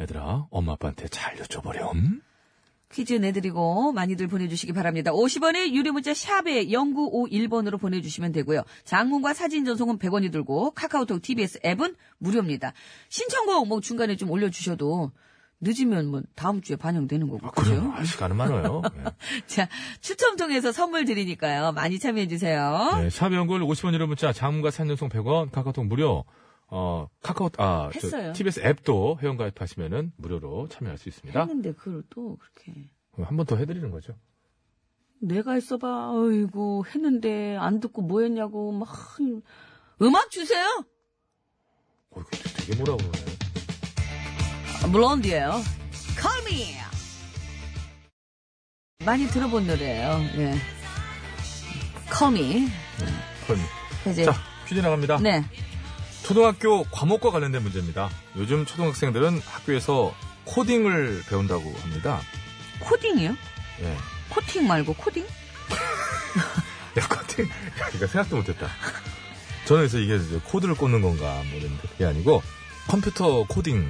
[SPEAKER 3] 얘들아, 엄마 아빠한테 잘 여쭤보렴.
[SPEAKER 2] 퀴즈 내드리고 많이들 보내주시기 바랍니다. 50원의 유료문자 샵에 0951번으로 보내주시면 되고요. 장문과 사진 전송은 100원이 들고 카카오톡 TBS 앱은 무료입니다. 신청곡 뭐 중간에 좀 올려주셔도 늦으면 뭐 다음 주에 반영되는 거고 그죠?
[SPEAKER 3] 아, 시간은 많아요. 네.
[SPEAKER 2] 자 추첨 통해서 선물 드리니까요. 많이 참여해 주세요.
[SPEAKER 3] 네, 샵 연골 50원 유료 문자, 장문과 산연송 100원, 카카오톡 무료. 어, 카카오, 아, 저
[SPEAKER 2] 했어요.
[SPEAKER 3] TBS 앱도 회원가입하시면은 무료로 참여할 수 있습니다.
[SPEAKER 2] 했는데 그걸 또 그렇게
[SPEAKER 3] 한 번 더 해드리는 거죠.
[SPEAKER 2] 내가 있어봐. 아이고 했는데 안 듣고 뭐 했냐고 막 음악 주세요.
[SPEAKER 3] 어, 이거 되게 뭐라 그러네.
[SPEAKER 2] 아, 블론디예요. Call me. 많이 들어본 노래예요. 예. Call me.
[SPEAKER 3] 그럼.
[SPEAKER 2] 이제
[SPEAKER 3] 자, 퀴즈 나갑니다.
[SPEAKER 2] 네.
[SPEAKER 3] 초등학교 과목과 관련된 문제입니다. 요즘 초등학생들은 학교에서 코딩을 배운다고 합니다.
[SPEAKER 2] 코딩이요?
[SPEAKER 3] 예.
[SPEAKER 2] 코팅 말고 코딩?
[SPEAKER 3] 야, 코팅. 야, 이거 생각도 못했다. 저는 그래서 이게 이제 코드를 꽂는 건가, 뭐 이런 게 아니고, 컴퓨터 코딩이라는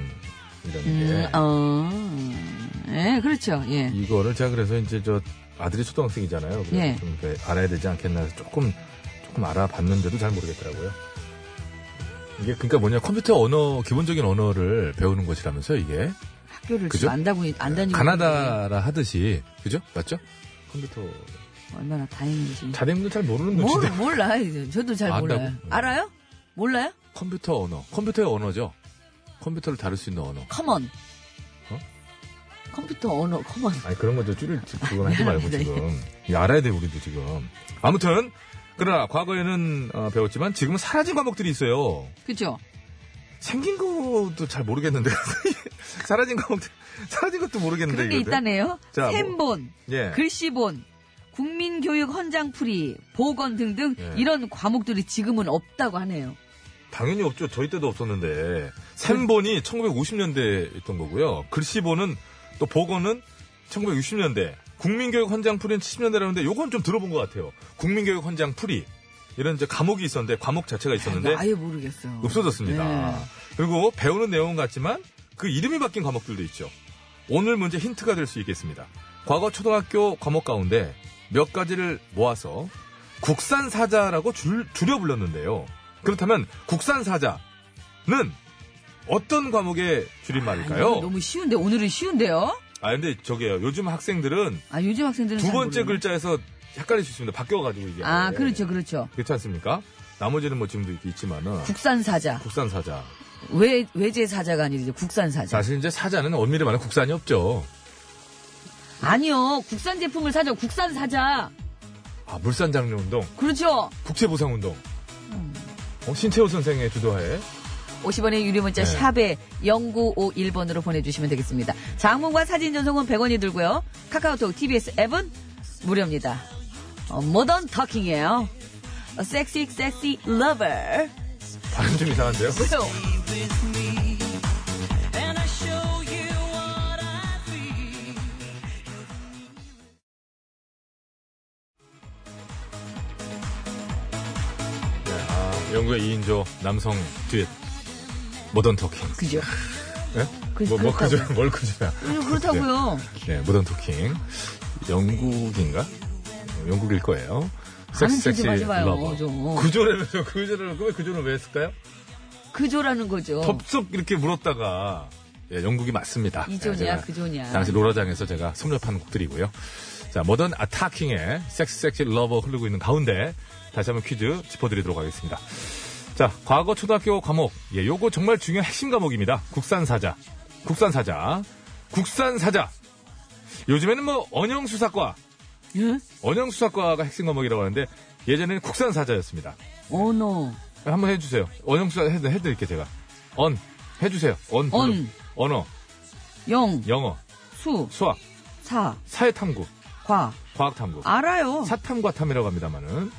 [SPEAKER 2] 음,
[SPEAKER 3] 게.
[SPEAKER 2] 어. 예, 그렇죠. 예.
[SPEAKER 3] 이거를 제가 그래서 이제 저 아들이 초등학생이잖아요. 그래서
[SPEAKER 2] 예.
[SPEAKER 3] 좀 이렇게 알아야 되지 않겠나 해서 조금 조금 알아봤는데도 잘 모르겠더라고요. 이게 그러니까 뭐냐 컴퓨터 언어 기본적인 언어를 배우는 것이라면서 이게
[SPEAKER 2] 학교를
[SPEAKER 3] 그죠?
[SPEAKER 2] 지금 안 다니고 안 다니고
[SPEAKER 3] 가나다라 하듯이 그죠 맞죠? 컴퓨터
[SPEAKER 2] 있는데 얼마나 다행인지.
[SPEAKER 3] 자대분들 잘 모르는
[SPEAKER 2] 뭘
[SPEAKER 3] 눈치인데
[SPEAKER 2] 몰라. 이제. 저도 잘
[SPEAKER 3] 안다고?
[SPEAKER 2] 몰라요. 알아요? 몰라요?
[SPEAKER 3] 컴퓨터 언어 컴퓨터의 언어죠. 컴퓨터를 다룰 수 있는 언어.
[SPEAKER 2] 컴온.
[SPEAKER 3] 어?
[SPEAKER 2] 컴퓨터 언어 컴온.
[SPEAKER 3] 아니 그런 거좀 줄일 그건 하지 말고
[SPEAKER 2] 미안합니다.
[SPEAKER 3] 지금 이거 알아야 돼 우리도 지금 아무튼 그러나 과거에는 어, 배웠지만 지금은 사라진 과목들이 있어요.
[SPEAKER 2] 그죠?
[SPEAKER 3] 생긴 것도 잘 모르겠는데 사라진 거 사라진 것도 모르겠는데
[SPEAKER 2] 그런 게그
[SPEAKER 3] 이거는.
[SPEAKER 2] 있다네요.
[SPEAKER 3] 자, 뭐-
[SPEAKER 2] 샘본.
[SPEAKER 3] 예.
[SPEAKER 2] 네. 글씨본, 국민교육 헌장풀이, 보건 등등
[SPEAKER 3] 예.
[SPEAKER 2] 이런 과목들이 지금은 없다고 하네요.
[SPEAKER 3] 당연히 없죠. 저희 때도 없었는데 샘본이 1950년대에 있던 거고요. 글씨본은 또 보건은 1960년대. 국민교육 헌장 풀이는 70년대라는데 요건 좀 들어본 것 같아요. 국민교육 헌장 풀이 이런 이제 과목이 있었는데 과목 자체가 있었는데
[SPEAKER 2] 나 아예 모르겠어요.
[SPEAKER 3] 없어졌습니다.
[SPEAKER 2] 네.
[SPEAKER 3] 그리고 배우는 내용은 같지만 그 이름이 바뀐 과목들도 있죠. 오늘 문제 힌트가 될 수 있겠습니다. 과거 초등학교 과목 가운데 몇 가지를 모아서 국산 사자라고 줄, 줄여 불렀는데요. 그렇다면 국산 사자는 어떤 과목의
[SPEAKER 2] 아,
[SPEAKER 3] 줄임말일까요?
[SPEAKER 2] 이거 너무 쉬운데 오늘은 쉬운데요.
[SPEAKER 3] 아 근데 저게요. 요즘 학생들은
[SPEAKER 2] 아 요즘 학생들은
[SPEAKER 3] 두
[SPEAKER 2] 잘
[SPEAKER 3] 번째 네.
[SPEAKER 2] 모르네.
[SPEAKER 3] 글자에서 헷갈릴 수 있습니다. 바뀌어가지고 이게.
[SPEAKER 2] 아 그렇죠 그렇죠.
[SPEAKER 3] 그렇지 않습니까? 나머지는 뭐 지금도 이렇게 있지만은
[SPEAKER 2] 국산 사자
[SPEAKER 3] 국산 사자.
[SPEAKER 2] 외 외제 사자가 아니라 이제 국산 사자.
[SPEAKER 3] 사실 이제 사자는 엄밀히 말하면 국산이 없죠.
[SPEAKER 2] 아니요 국산 제품을 사죠 국산 사자.
[SPEAKER 3] 아, 물산 장려 운동,
[SPEAKER 2] 그렇죠.
[SPEAKER 3] 국채 보상 운동. 어, 신채호 선생의 주도하에
[SPEAKER 2] 50원의 유료 문자
[SPEAKER 3] 네.
[SPEAKER 2] 샵에 0951번으로 보내주시면 되겠습니다. 장문과 사진 전송은 100원이 들고요. 카카오톡, TBS 앱은 무료입니다. 어, 모던 터킹이에요. 어, 섹시 섹시 러버. 왜요?
[SPEAKER 3] 발음 좀 이상한데요? 아, 영국의 2인조 남성 듀엣 모던 토킹.
[SPEAKER 2] 그죠?
[SPEAKER 3] 예?
[SPEAKER 2] 그-
[SPEAKER 3] 뭐, 뭐 그죠?
[SPEAKER 2] 그렇다고요. 예,
[SPEAKER 3] 뭘 그죠?
[SPEAKER 2] 그리고 그렇다고요.
[SPEAKER 3] 네, 모던 토킹. 영국인가? 영국일 거예요.
[SPEAKER 2] 아는 척 좀 하지 마요, 좀.
[SPEAKER 3] 그조라면서 그조를 왜 그조를 왜 했을까요?
[SPEAKER 2] 그조라는 거죠.
[SPEAKER 3] 덥석 이렇게 물었다가 예, 영국이 맞습니다.
[SPEAKER 2] 이조냐,
[SPEAKER 3] 예, 제가
[SPEAKER 2] 그조냐.
[SPEAKER 3] 당시 로라장에서 제가 섭렵한 곡들이고요. 자, 모던 아타킹의 섹시 섹시 러버 흐르고 있는 가운데 다시 한번 퀴즈 짚어드리도록 하겠습니다. 자, 과거 초등학교 과목. 예, 요거 정말 중요한 핵심 과목입니다. 국산 사자. 국산 사자. 국산 사자. 요즘에는 뭐 언영 수사과,
[SPEAKER 2] 예?
[SPEAKER 3] 언영 수사과가 핵심 과목이라고 하는데 예전에는 국산 사자였습니다.
[SPEAKER 2] 언어.
[SPEAKER 3] 한번 해주세요. 언영 수사 해, 해드릴게 제가. 언 해주세요. 언
[SPEAKER 2] 언.
[SPEAKER 3] 부르- 언어
[SPEAKER 2] 영,
[SPEAKER 3] 영어
[SPEAKER 2] 수,
[SPEAKER 3] 수학
[SPEAKER 2] 사,
[SPEAKER 3] 사회탐구
[SPEAKER 2] 과.
[SPEAKER 3] 과학탐구
[SPEAKER 2] 알아요.
[SPEAKER 3] 사탐과 어. 탐이라고 합니다만은.
[SPEAKER 2] 아는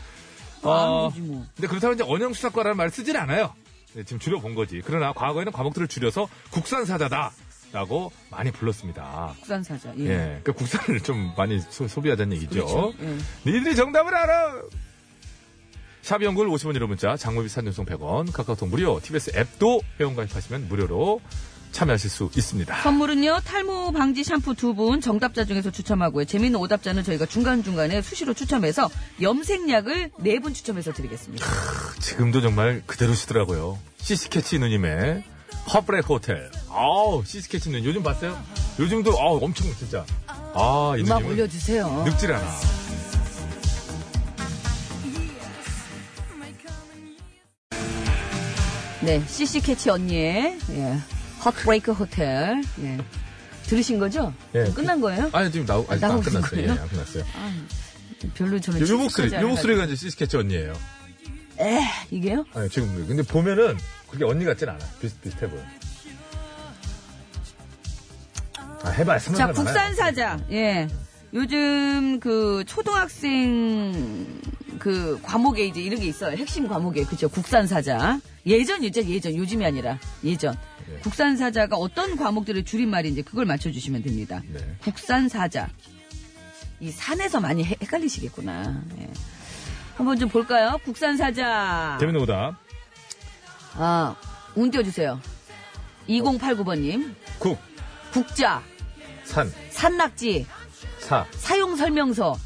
[SPEAKER 2] 거지 뭐.
[SPEAKER 3] 근데 그렇다면 이제 언영 수사과라는 말을 쓰질 않아요. 네, 지금 줄여본 거지. 그러나 과거에는 과목들을 줄여서 국산 사자다라고 많이 불렀습니다.
[SPEAKER 2] 국산 사자. 예.
[SPEAKER 3] 예, 그러니까 국산을 좀 많이 소, 비하자는 얘기죠.
[SPEAKER 2] 그렇죠. 예.
[SPEAKER 3] 니들이 정답을 알아! 샵 연골 50원 이로 문자, 장모비 산전송 100원, 카카오톡 무료, TBS 앱도 회원가입하시면 무료로 참여하실 수 있습니다.
[SPEAKER 2] 선물은요, 탈모 방지 샴푸 두 분 정답자 중에서 추첨하고요. 재미있는 오답자는 저희가 중간중간에 수시로 추첨해서 염색약을 네 분 추첨해서 드리겠습니다.
[SPEAKER 3] 지금도 정말 그대로시더라고요. 시스케치 누님의 헛브레이크 호텔. 아우, 시스케치 누님. 요즘 봤어요? 요즘도, 아우, 엄청, 진짜. 아, 이
[SPEAKER 2] 음악
[SPEAKER 3] 누님은
[SPEAKER 2] 올려주세요.
[SPEAKER 3] 늙질 않아.
[SPEAKER 2] 네, CC캐치 언니의 예, 헛브레이크 호텔. 예. 들으신 거죠?
[SPEAKER 3] 예.
[SPEAKER 2] 끝난 거예요?
[SPEAKER 3] 아니, 지금 나오, 아직 안
[SPEAKER 2] 나오는
[SPEAKER 3] 끝났어요. 예,
[SPEAKER 2] 거예요? 아,
[SPEAKER 3] 안 끝났어요.
[SPEAKER 2] 별로 저는
[SPEAKER 3] 요, 요
[SPEAKER 2] 친숙하지
[SPEAKER 3] 목소리, 요
[SPEAKER 2] 않아가지고.
[SPEAKER 3] 목소리가 이제 시스케치 언니예요
[SPEAKER 2] 에, 이게요?
[SPEAKER 3] 아니, 지금. 그, 근데 보면은 그게 언니 같진 않아. 비슷, 비슷해 보여. 아, 해봐.
[SPEAKER 2] 자,
[SPEAKER 3] 스물살 많아요.
[SPEAKER 2] 국산 사자. 예. 요즘 그 초등학생 그 과목에 이제 이런 게 있어요. 핵심 과목에. 그죠? 국산 사자. 예전 이제 예전 요즘이 아니라 예전.
[SPEAKER 3] 네.
[SPEAKER 2] 국산 사자가 어떤 과목들의 줄임말인지 그걸 맞춰 주시면 됩니다.
[SPEAKER 3] 네.
[SPEAKER 2] 국산 사자. 이 산에서 많이 헷- 헷갈리시겠구나. 예. 한번 좀 볼까요? 국산 사자.
[SPEAKER 3] 재밌는 오답.
[SPEAKER 2] 아, 운 띄워 주세요. 2089번 님.
[SPEAKER 3] 국,
[SPEAKER 2] 국자,
[SPEAKER 3] 산,
[SPEAKER 2] 산낙지,
[SPEAKER 3] 사.
[SPEAKER 2] 사용 설명서,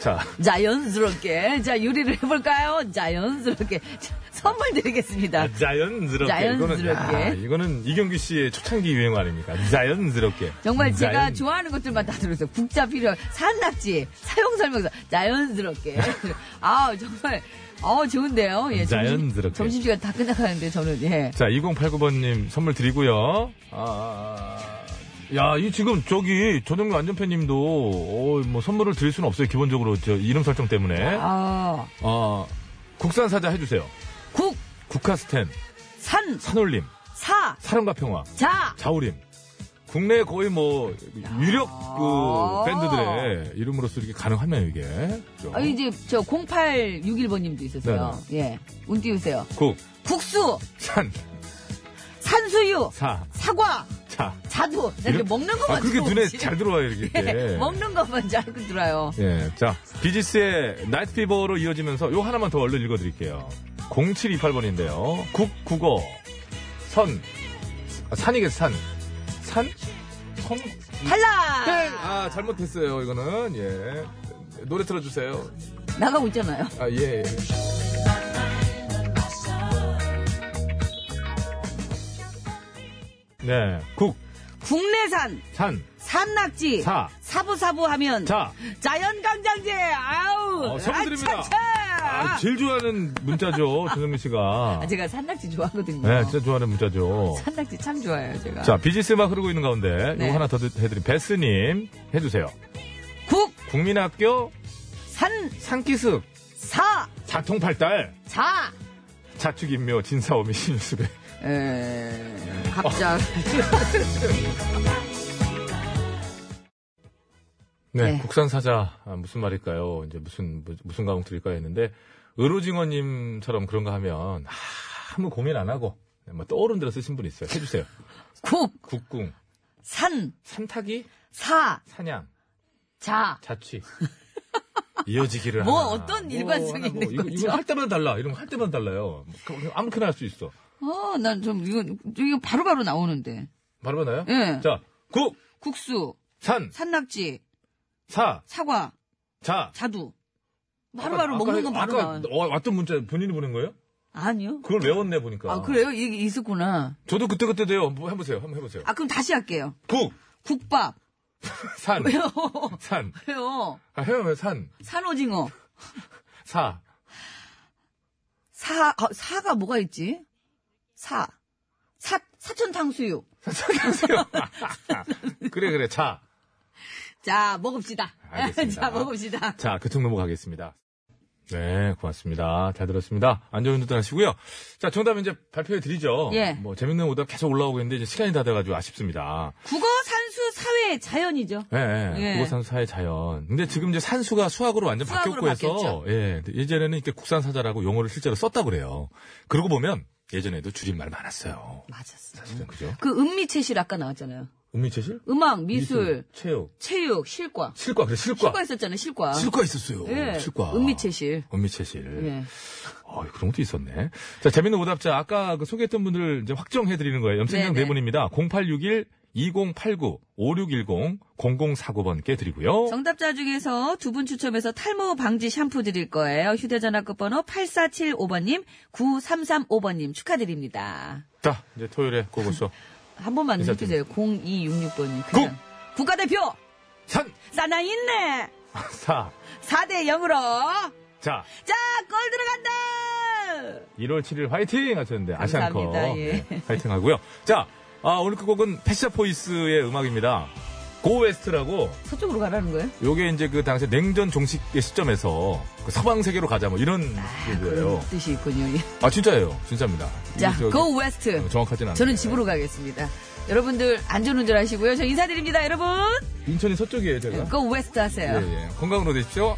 [SPEAKER 3] 자,
[SPEAKER 2] 자연스럽게 자 요리를 해볼까요? 자연스럽게 자, 선물 드리겠습니다.
[SPEAKER 3] 아, 자연스럽게.
[SPEAKER 2] 자연스럽게.
[SPEAKER 3] 이거는, 야, 이거는 이경규 씨의 초창기 유행 아닙니까? 자연스럽게.
[SPEAKER 2] 정말 제가
[SPEAKER 3] 자연-
[SPEAKER 2] 좋아하는 것들만 다 들었어요. 국자 필요, 산낙지, 사용 설명서, 자연스럽게. 아 정말 아 좋은데요. 예,
[SPEAKER 3] 자연스럽게.
[SPEAKER 2] 점심, 시간다 끝나가는데 저는 예.
[SPEAKER 3] 자, 2089번님 선물 드리고요. 아, 아, 아. 야, 이 지금 저기 조동규 안전팬님도 어, 뭐 선물을 드릴 수는 없어요. 기본적으로 저 이름 설정 때문에.
[SPEAKER 2] 아
[SPEAKER 3] 아, 국산 사자 해주세요.
[SPEAKER 2] 국,
[SPEAKER 3] 국카스텐,
[SPEAKER 2] 산,
[SPEAKER 3] 산울림,
[SPEAKER 2] 사,
[SPEAKER 3] 사랑과 평화,
[SPEAKER 2] 자.
[SPEAKER 3] 자우림. 국내 거의 뭐 유력
[SPEAKER 2] 아.
[SPEAKER 3] 그 밴드들의 이름으로서 이게 가능하면 이게. 그죠?
[SPEAKER 2] 아 이제 저 0861번님도 있었어요. 예, 운 띄우세요.
[SPEAKER 3] 국,
[SPEAKER 2] 국수,
[SPEAKER 3] 산,
[SPEAKER 2] 산수유,
[SPEAKER 3] 사,
[SPEAKER 2] 사과,
[SPEAKER 3] 자.
[SPEAKER 2] 자두 이렇게 먹는 것만
[SPEAKER 3] 아, 그게 눈에
[SPEAKER 2] 들어오지.
[SPEAKER 3] 잘 들어와요, 이렇게.
[SPEAKER 2] 예, 먹는 것만 잘 들어요.
[SPEAKER 3] 예, 자, 비지스의 나이트 피버로 이어지면서 요 하나만 더 얼른 읽어드릴게요. 0728번인데요. 국, 국어, 선, 아, 산이겠어, 산. 산? 선? 땡!
[SPEAKER 2] 탈락!
[SPEAKER 3] 아, 잘못했어요, 이거는. 예. 노래 틀어주세요.
[SPEAKER 2] 나가고 있잖아요.
[SPEAKER 3] 아, 예. 예. 네. 국,
[SPEAKER 2] 국내산,
[SPEAKER 3] 산,
[SPEAKER 2] 산낙지,
[SPEAKER 3] 사,
[SPEAKER 2] 부사부 하면
[SPEAKER 3] 자.
[SPEAKER 2] 자연강장제, 아우!
[SPEAKER 3] 어, 선물 드립니다.
[SPEAKER 2] 아차차!
[SPEAKER 3] 아, 제일 좋아하는 문자죠, 조성민 씨가.
[SPEAKER 2] 아, 제가 산낙지 좋아하거든요.
[SPEAKER 3] 네, 진짜 좋아하는 문자죠.
[SPEAKER 2] 산낙지 참 좋아해요, 제가.
[SPEAKER 3] 자, 비지스 막 흐르고 있는 가운데
[SPEAKER 2] 네.
[SPEAKER 3] 이거 하나 더 드- 해드린 베스님 해주세요.
[SPEAKER 2] 국,
[SPEAKER 3] 국민학교
[SPEAKER 2] 산,
[SPEAKER 3] 산기슭
[SPEAKER 2] 사,
[SPEAKER 3] 자통팔달
[SPEAKER 2] 자!
[SPEAKER 3] 자축인묘 진사오미 신수배
[SPEAKER 2] 에, 갑자.
[SPEAKER 3] 어. 네,
[SPEAKER 2] 네.
[SPEAKER 3] 국산 사자 아, 무슨 말일까요? 이제 무슨 뭐- 무슨 가공 들일까 했는데 의로징어님처럼 그런가 하면 아, 아무 고민 안 하고 그냥 뭐 떠오른 대로 쓰신 분 있어요. 해주세요.
[SPEAKER 2] 국,
[SPEAKER 3] 국궁
[SPEAKER 2] 산,
[SPEAKER 3] 산타기
[SPEAKER 2] 사,
[SPEAKER 3] 사냥
[SPEAKER 2] 자.
[SPEAKER 3] 자취 이어지기를
[SPEAKER 2] 뭐
[SPEAKER 3] 하나.
[SPEAKER 2] 어떤
[SPEAKER 3] 뭐
[SPEAKER 2] 일관성이
[SPEAKER 3] 하나,
[SPEAKER 2] 있는
[SPEAKER 3] 이거,
[SPEAKER 2] 거죠?
[SPEAKER 3] 이거 할 때마다 달라. 이런 거 할 때마다 달라요. 뭐 그냥 아무렇게나 할 수 있어.
[SPEAKER 2] 어, 난 좀, 이건, 이거 바로바로 나오는데.
[SPEAKER 3] 바로 받나요?
[SPEAKER 2] 예.
[SPEAKER 3] 자, 국,
[SPEAKER 2] 국수,
[SPEAKER 3] 산,
[SPEAKER 2] 산낙지,
[SPEAKER 3] 사,
[SPEAKER 2] 사과,
[SPEAKER 3] 자.
[SPEAKER 2] 자두. 바로바로
[SPEAKER 3] 아까-
[SPEAKER 2] 먹는 건
[SPEAKER 3] 아까-
[SPEAKER 2] 바로 나와요.
[SPEAKER 3] 아까 어, 왔던 문자 본인이 보낸 거예요?
[SPEAKER 2] 아니요.
[SPEAKER 3] 그걸 외웠네 보니까.
[SPEAKER 2] 아, 그래요? 이게 있었구나.
[SPEAKER 3] 저도 그때그때 돼요. 뭐 해보세요. 한번 해보세요.
[SPEAKER 2] 아, 그럼 다시 할게요.
[SPEAKER 3] 국,
[SPEAKER 2] 국밥.
[SPEAKER 3] 산,
[SPEAKER 2] 왜요?
[SPEAKER 3] 산.
[SPEAKER 2] 왜요?
[SPEAKER 3] 아, 해요, 해요. 산,
[SPEAKER 2] 산오징어.
[SPEAKER 3] 사,
[SPEAKER 2] 사, 아, 사가 뭐가 있지? 사. 사, 사천탕수육.
[SPEAKER 3] 그래, 그래, 자.
[SPEAKER 2] 자, 먹읍시다.
[SPEAKER 3] 알겠습니다.
[SPEAKER 2] 자, 먹읍시다.
[SPEAKER 3] 자, 교통 넘어가겠습니다. 네, 고맙습니다. 잘 들었습니다. 안전운전 하시고요. 자, 정답 이제 발표해 드리죠.
[SPEAKER 2] 예.
[SPEAKER 3] 뭐, 재밌는 오답 계속 올라오고 있는데, 이제 시간이 다 돼가지고 아쉽습니다.
[SPEAKER 2] 국어, 산수, 사회, 자연이죠.
[SPEAKER 3] 예, 예.
[SPEAKER 2] 예.
[SPEAKER 3] 국어산 사의 자연. 근데 지금 이제 산수가 수학으로 완전
[SPEAKER 2] 수학으로
[SPEAKER 3] 바뀌었고 해서, 예. 예전에는 이렇게 국산사자라고 용어를 실제로 썼다고 그래요. 그러고 보면 예전에도 줄임말 많았어요.
[SPEAKER 2] 맞았어. 음.
[SPEAKER 3] 사실은 그죠?
[SPEAKER 2] 그 은미채실 아까 나왔잖아요.
[SPEAKER 3] 음미체실?
[SPEAKER 2] 음악, 미술,
[SPEAKER 3] 체육,
[SPEAKER 2] 체육, 실과.
[SPEAKER 3] 실과 그래 실과.
[SPEAKER 2] 실과 있었잖아요, 실과.
[SPEAKER 3] 실과 있었어요.
[SPEAKER 2] 예.
[SPEAKER 3] 실과.
[SPEAKER 2] 은미채실.
[SPEAKER 3] 은미채실.
[SPEAKER 2] 예.
[SPEAKER 3] 어, 그런 것도 있었네. 자, 재밌는 오답자. 아까 그 소개했던 분들 이제 확정해드리는 거예요. 염색량
[SPEAKER 2] 네네.
[SPEAKER 3] 네 분입니다. 0861, 2089, 5610, 0049번께 드리고요.
[SPEAKER 2] 정답자 중에서 두 분 추첨해서 탈모 방지 샴푸 드릴 거예요. 휴대전화 끝번호 8475번님, 9335번님 축하드립니다.
[SPEAKER 3] 자, 이제 토요일에 고고쇼.
[SPEAKER 2] 한 번만
[SPEAKER 3] 인사드립니다.
[SPEAKER 2] 해주세요. 0266번님. 국가대표!
[SPEAKER 3] 산!
[SPEAKER 2] 사나 있네!
[SPEAKER 3] 사!
[SPEAKER 2] 4대 0으로!
[SPEAKER 3] 자,
[SPEAKER 2] 자, 골 들어간다!
[SPEAKER 3] 1월 7일 화이팅! 하셨는데, 아시안컵.
[SPEAKER 2] 감사합니다. 예.
[SPEAKER 3] 네, 화이팅 하고요. 자, 아, 오늘 끝곡은 패샤 보이스의 음악입니다. 고웨스트라고
[SPEAKER 2] 서쪽으로 가라는 거예요?
[SPEAKER 3] 요게 이제 그 당시 냉전 종식 시점에서 그 서방 세계로 가자 뭐 이런 얘기예요.
[SPEAKER 2] 아, 그런 뜻이 있군요. 예.
[SPEAKER 3] 아 어. 진짜예요, 진짜입니다.
[SPEAKER 2] 자,
[SPEAKER 3] 이게 저기 어,
[SPEAKER 2] go west!
[SPEAKER 3] 정확하진 않아요.
[SPEAKER 2] 저는 집으로 가겠습니다. 여러분들 안전운전 하시고요. 저 인사드립니다, 여러분!
[SPEAKER 3] 인천이 서쪽이에요, 제가.
[SPEAKER 2] 네,
[SPEAKER 3] 네.
[SPEAKER 2] go west 하세요.
[SPEAKER 3] 예, 예. 건강으로 되십시오.